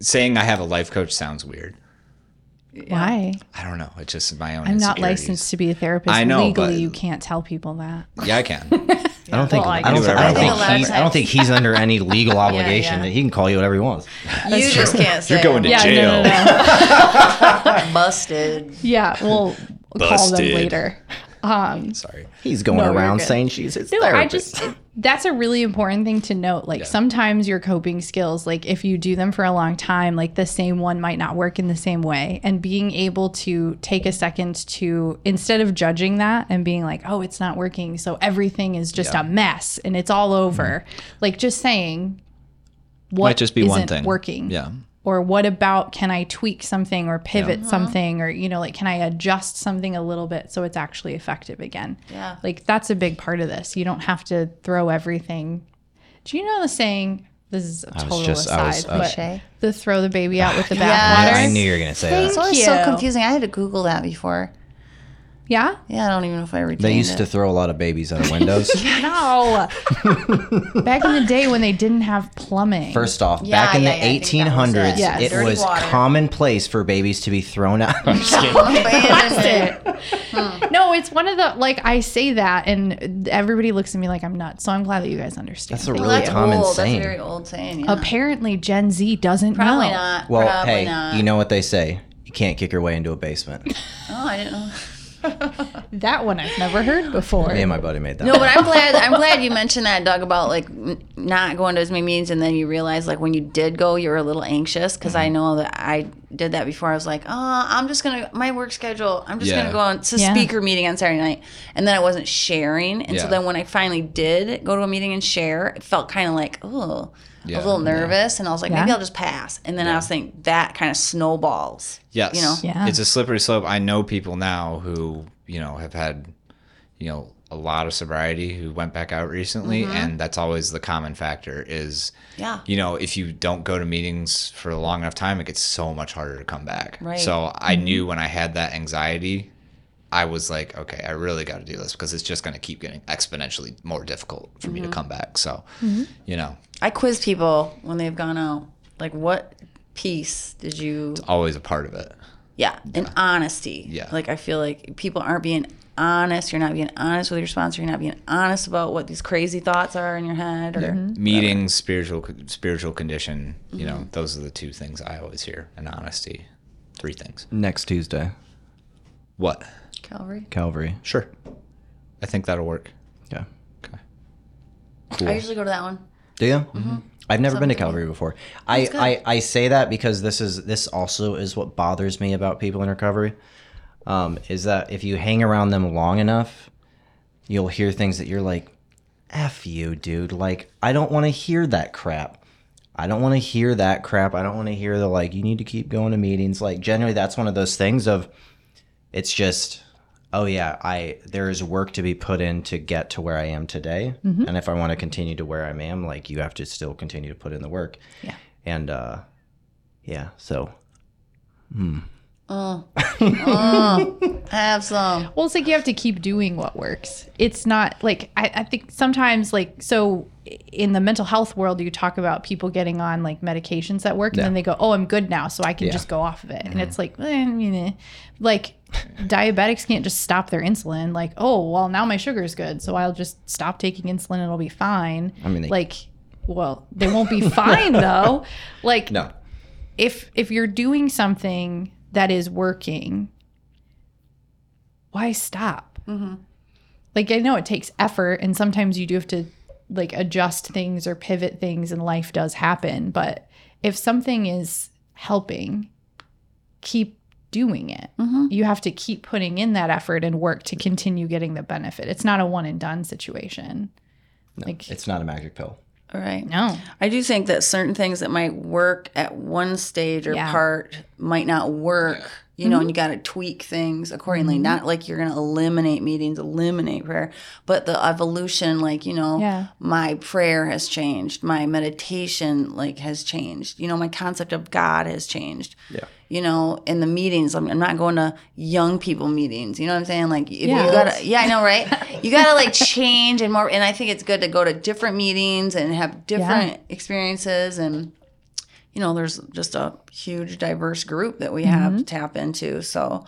Saying I have a life coach sounds weird.
why?
I don't know. It's just my own.
I'm not
insecurities.
licensed to be a therapist.
uh, I know,
legally
but-
you can't tell people that.
Yeah, I can.
I don't think
Well, I
I, don't,
guess
I don't
I
think
can.
he's I don't think he's under any legal obligation
yeah.
that he can call you whatever he wants.
you just can't say
You're going to
Yeah, no,
jail.
no, no.
I'm busted.
yeah, we'll call them
Busted.
later.
Sorry.
He's going
you're
around
good.
saying she's his
I
therapist.
just that's a really important thing to note. Like sometimes your coping skills, like if you do them for a long time, like the same one might not work in the same way. And being able to take a second to instead of judging that and being like, oh, it's not working, so everything is just a mess and it's all over. Like just saying what
Mm-hmm. Might just be one
isn't
thing.
working.
Yeah.
Or what about can I tweak something or pivot something or you know like can I adjust something a little bit so it's actually effective again?
Yeah.
like that's a big part of this you don't have to throw everything Do you know the saying? This is a
was
total
just-
aside,
I was- I was-
but
Shay.
the throw the baby out with the bathwater.
Yeah.
I knew you were gonna say
It's
that.
always
you.
so confusing. I had to Google that before.
Yeah?
Yeah, I don't even know if I retained
They used
it.
to throw a lot of babies out of windows.
No. Back in the day when they didn't have plumbing.
First off,
Yeah,
back in
yeah,
the
yeah, I think that was
1800s, it,
it.
Yes.
Dirty
was
water.
commonplace for babies to be thrown out. I'm just kidding.
Abandoned.
No, it's one of the like I say that and everybody looks at me like I'm nuts. So I'm glad that you guys understand.
That's a
Thank
really
you.
That's
common
old.
saying.
That's a very old saying. yeah.
Apparently Gen Z doesn't
Probably
know.
not.
Well,
Probably
hey,
not.
you know what they say. You can't kick your way into a basement.
Oh, I didn't know.
That one I've never heard before.
Me and my buddy made that.
No, but I'm glad. I'm glad you mentioned that, Doug, about like n- not going to as many meetings, and then you realize like when you did go, you were a little anxious because
Mm-hmm.
I know that I did that before. I was like, oh, I'm just gonna my work schedule. I'm just
Yeah.
gonna go on it's a
Yeah.
speaker meeting on Saturday night, and then I wasn't sharing, and so
Yeah.
then when I finally did go to a meeting and share, it felt kind of like oh. I
Yeah,
was a little nervous, and I was like, maybe
Yeah.
I'll just pass. And then I was thinking that kind of snowballs.
Yes.
You know?
Yeah.
It's a slippery slope. I know people now who, you know, have had, you know, a lot of sobriety who went back out recently.
Mm-hmm.
And that's always the common factor is,
Yeah.
you know, if you don't go to meetings for a long enough time, it gets so much harder to come back.
Right.
So I knew when I had that anxiety, I was like, okay, I really got to do this because it's just going to keep getting exponentially more difficult for me to come back. So, you know,
I quiz people when they've gone out. Like, what piece did you
always a part of it.
Yeah, and honesty.
Yeah.
Like I feel like people aren't being honest. You're not being honest with your sponsor. You're not being honest about what these crazy thoughts are in your head. Or
meetings spiritual spiritual condition you know those are the two things i always hear and honesty three things
Next Tuesday,
what
Calvary.
Calvary.
sure i think that'll work
Yeah.
okay
I usually go to that one.
Do you? I've never been to Calvary before. I, I, I say that because this is this also is what bothers me about people in recovery, um, is that if you hang around them long enough, you'll hear things that you're like, "F you, dude!" Like I don't want to hear that crap. I don't want to hear that crap. I don't want to hear the like. You need to keep going to meetings. Like generally, that's one of those things of, it's just oh yeah i there is work to be put in to get to where i am today and if i want to continue to where i am like you have to still continue to put in the work
Yeah.
and uh yeah so
Have some.
Well, it's like you have to keep doing what works. It's not like I, I think sometimes like so in the mental health world you talk about people getting on like medications that work and then they go, Oh, I'm good now, so I can just go off of it.
Mm-hmm.
And it's like, eh, I mean, eh. like diabetics can't just stop their insulin, like, oh well now my sugar's good, so I'll just stop taking insulin and it'll be fine.
I mean, they-
like well, they won't be fine though. Like
no
if if you're doing something that is working why stop like i know it takes effort and sometimes you do have to like adjust things or pivot things and life does happen but if something is helping keep doing it
Mm-hmm.
you have to keep putting in that effort and work to continue getting the benefit it's not a one and done situation like
it's not a magic pill
All right.
no
I do think that certain things that might work at one stage or
Yeah. Mm-hmm.
part might not work. You know, and you got to tweak things accordingly. Not like you're going to eliminate meetings, eliminate prayer, but the evolution, like, you know,
Yeah.
my prayer has changed. My meditation, like, has changed. You know, my concept of God has changed.
Yeah.
You know, in the meetings, I'm, I'm not going to young people meetings. You know what I'm saying? Like, if
Yeah.
you got to, yeah, I know, right? You gotta like change and more. And I think it's good to go to different meetings and have different experiences. And you know, there's just a huge diverse group that we have to tap into. So,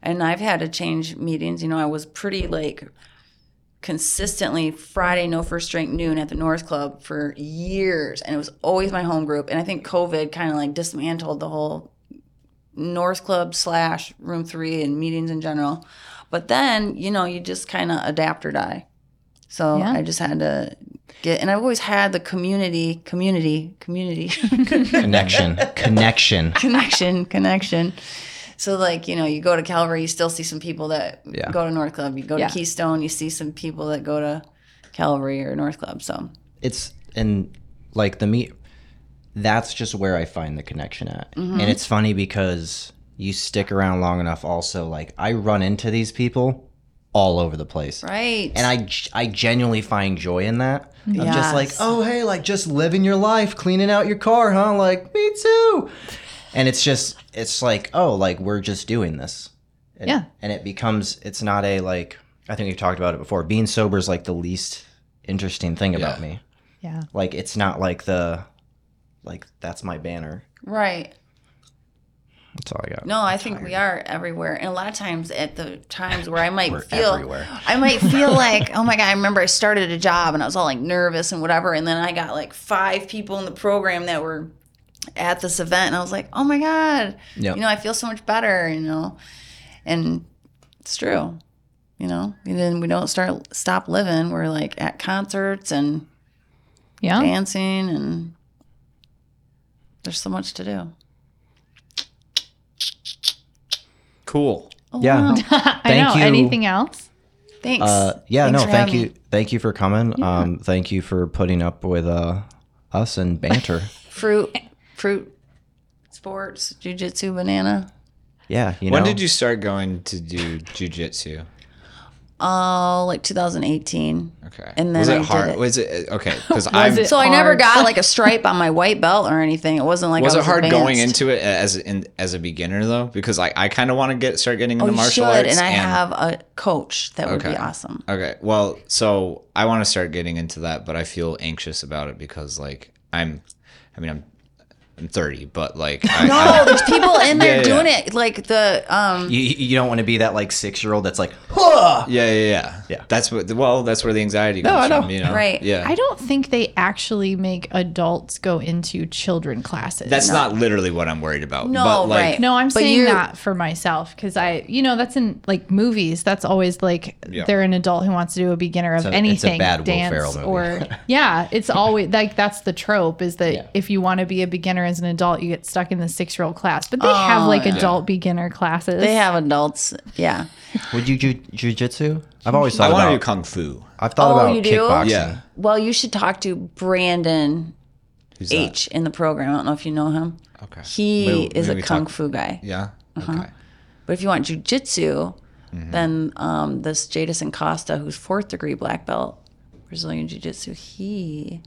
and I've had to change meetings. You know, I was pretty like consistently Friday no first drink noon at the North Club for years, and it was always my home group. And I think COVID kind of like dismantled the whole North Club slash Room Three and meetings in general. But then you know you just kind of adapt or die. So
Yeah.
I just had to get, and I've always had the community, community, community
connection connection
connection, connection. So like you know, you go to Calvary, you still see some people that
Yeah.
go to North Club. You go
Yeah.
to Keystone, you see some people that go to Calvary or North Club. So
it's and like the meat that's just where i find the connection at and it's funny because you stick around long enough also like i run into these people all over the place.
right.
And I, g- I genuinely find joy in that. I'm just like,
Yes.
oh, hey, like just living your life, cleaning out your car, huh? Like, me too. And it's just, it's like, oh, like we're just doing this. And,
Yeah.
And it becomes, it's not a like, I think we talked about it before. Being sober is like the least interesting thing about
Yeah.
me.
Yeah.
Like, it's not like the, like, that's my banner.
right.
That's all I got.
No, I think we are everywhere. And a lot of times at the times where I might
We're
feel
everywhere.
I might feel like, oh my God, I remember I started a job and I was all like nervous and whatever. And then I got like five people in the program that were at this event and I was like, oh my God,
Yep.
you know, I feel so much better, you know. And it's true, you know. And then we don't start stop living. We're like at concerts and
Oh.
Yeah.
dancing and there's so much to do.
Cool.
Oh,
Yeah.
wow.
I
Thank
know.
you.
Anything else?
Thanks.
Uh, yeah,
Thanks
no,
for
thank
having
you,
me.
thank you for coming. Um, thank you for putting up with uh, us and banter.
fruit, fruit, sports, jujitsu, banana.
yeah, you know.
When did you start going to do jujitsu?
Oh, like 2018.
Okay.
And then
was it
I did
hard?
it.
Was it uh, okay? Because I'm.
it-
So I never
hard?
got like a stripe on my white belt or anything. It wasn't like
was
I
it hard going
advanced.
into it as in, as a beginner though? Because like I kind of want to get start getting
Oh,
into
you
martial
should,
arts.
and I have a coach that would be
Okay.
awesome.
Okay. Well, so I want to start getting into that, but I feel anxious about it because like I'm, I mean I'm, I'm 30, but like I,
No, there's people in there
Yeah, yeah,
doing it. Like the um,
You, you don't want to be that like six year old that's like, huh!
Yeah, yeah, yeah.
Yeah.
That's what. Well, that's where the anxiety comes
I know.
from. You know.
Right.
Yeah.
I don't think they actually make adults go into children classes.
that's not literally what I'm worried about.
No,
But like,
right.
No, I'm
But
saying
you're-
that for myself because I, you know, that's in like movies. That's always like
Yeah.
they're an adult who wants to do a beginner of
a- it's a
anything,
bad Will Ferrell
dance
movie.
or yeah. It's always like that's the trope is that
Yeah.
if you want to be a beginner as an adult, you get stuck in the six year old class. But they have like adult beginner classes.
Oh, they have adults. Yeah.
Would you do jujitsu? I've always thought
I want to
about.
do kung fu.
I've thought
Oh,
about
you do?
kickboxing.
Yeah.
Well, you should talk to Brandon
Who's that?
H in the program. I don't know if you know him.
Okay.
He
We'll-
is a
maybe
kung
talk-
fu guy.
Yeah.
Uh-huh.
Okay.
But if you want jujitsu,
Mm-hmm.
then um, this Jadison Costa, who's fourth degree black belt Brazilian jiu-jitsu, he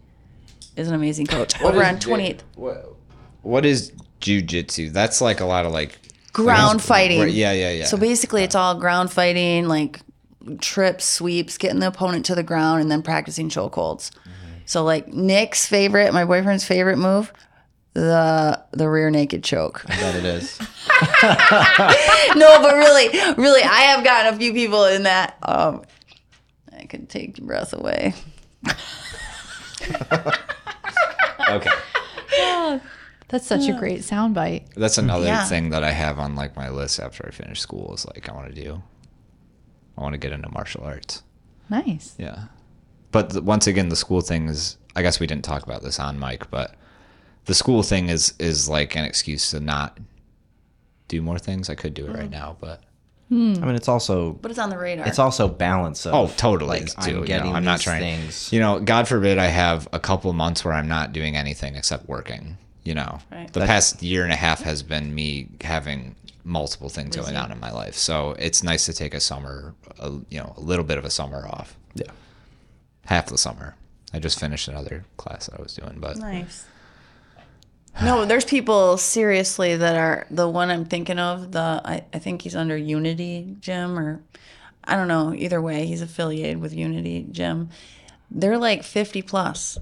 is an amazing coach. Over on 28th,
What, what is jujitsu? That's like a lot of like.
ground fighting.
Right, yeah, yeah, yeah.
So basically, it's all ground fighting, like trips, sweeps, getting the opponent to the ground, and then practicing chokeholds. So like Nick's favorite, my boyfriend's favorite move, the the rear naked choke.
That it is.
no, but really, really, I have gotten a few people in that. Um, I could take your breath away.
okay.
That's such a great soundbite.
That's another
Yeah.
thing that I have on like my list after I finish school is like I want to do. I want to get into martial arts.
Nice.
Yeah. But the, once again, the school thing is, I guess we didn't talk about this on mic, but the school thing is, is like an excuse to not do more things. I could do it
Mm.
right now, but
I mean, it's also
But it's on the radar.
it's also balance. Of,
oh, totally.
Like,
too,
I'm
you know,
getting
I'm not
these
trying.
things.
You know, God forbid I have a couple months where I'm not doing anything except working. You know,
Right.
the past year and a half has been me having multiple things going on in my life. So it's nice to take a summer, a, you know, a little bit of a summer off.
Yeah.
half the summer. I just finished another class that I was doing, but
nice. No, there's people seriously that are the one I'm thinking of. The I, I think he's under Unity Gym or I don't know. Either way, he's affiliated with Unity Gym. They're like 50 plus.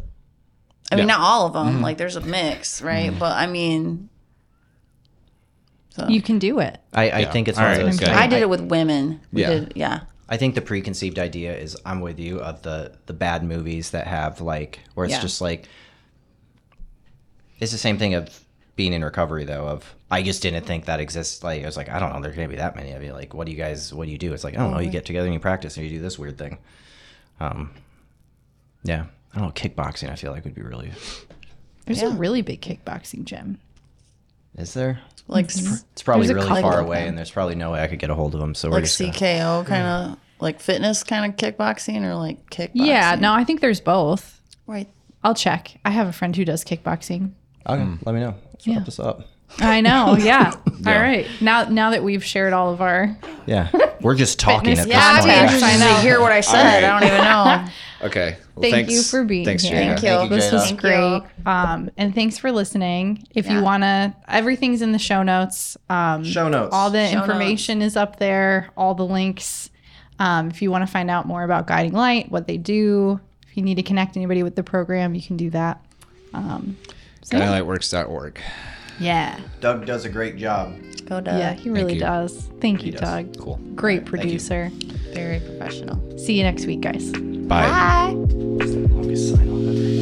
I mean,
Yeah. Mm-hmm.
not all of them. Like there's a mix, right? But I mean,
You can do it.
I, I
Yeah.
think it's
All
one
right,
of those.
good.
things-
I did it with women. We
Yeah.
Did, yeah.
I think the preconceived idea is I'm with you of the the bad movies that have like where it's
Yeah.
just like it's the same thing of being in recovery though of I just didn't think that exists like I was like I don't know there's gonna be that many of you like what do you guys what do you do it's like I don't know you get together and you practice and you do this weird thing um yeah I don't know kickboxing I feel like would be really
There's a really big kickboxing gym.
is there
Like
it's probably
There's a
really
couple
far
of
away
them.
and there's probably no way I could get a hold of them so we're
like
just gonna-
CKO
Mm-hmm.
kind of like fitness kind of kickboxing or like kickboxing.
Yeah. No, I think there's both.
Right.
I'll check. I have a friend who does kickboxing.
okay let me know Let's wrap this up
I know. Yeah. All right. Now, now that we've shared all of our
Yeah. We're just talking at this
Yeah,
point.
I'm
Actually,
Find
they
out.
hear what I said.
All
I don't even know.
Okay. Well,
Thank
thanks.
you for being
thanks,
here.
Jada.
Thank you.
This was
Thank
great.
you.
Um, and thanks for listening. If
Yeah.
you want to, everything's in the show notes. Um,
Show notes.
All the
Show
information is up there, all the links. Um, if you want to find out more about Guiding Light, what they do, if you need to connect anybody with the program, you can do that. Um,
Skylightworks.org.
Yeah.
Doug does a great job.
Go to
Yeah, he really
you.
does. Thank you, Doug.
Cool.
Great producer.
very professional.
See you next week, guys.
Bye.
Bye.
Longest sign off ever.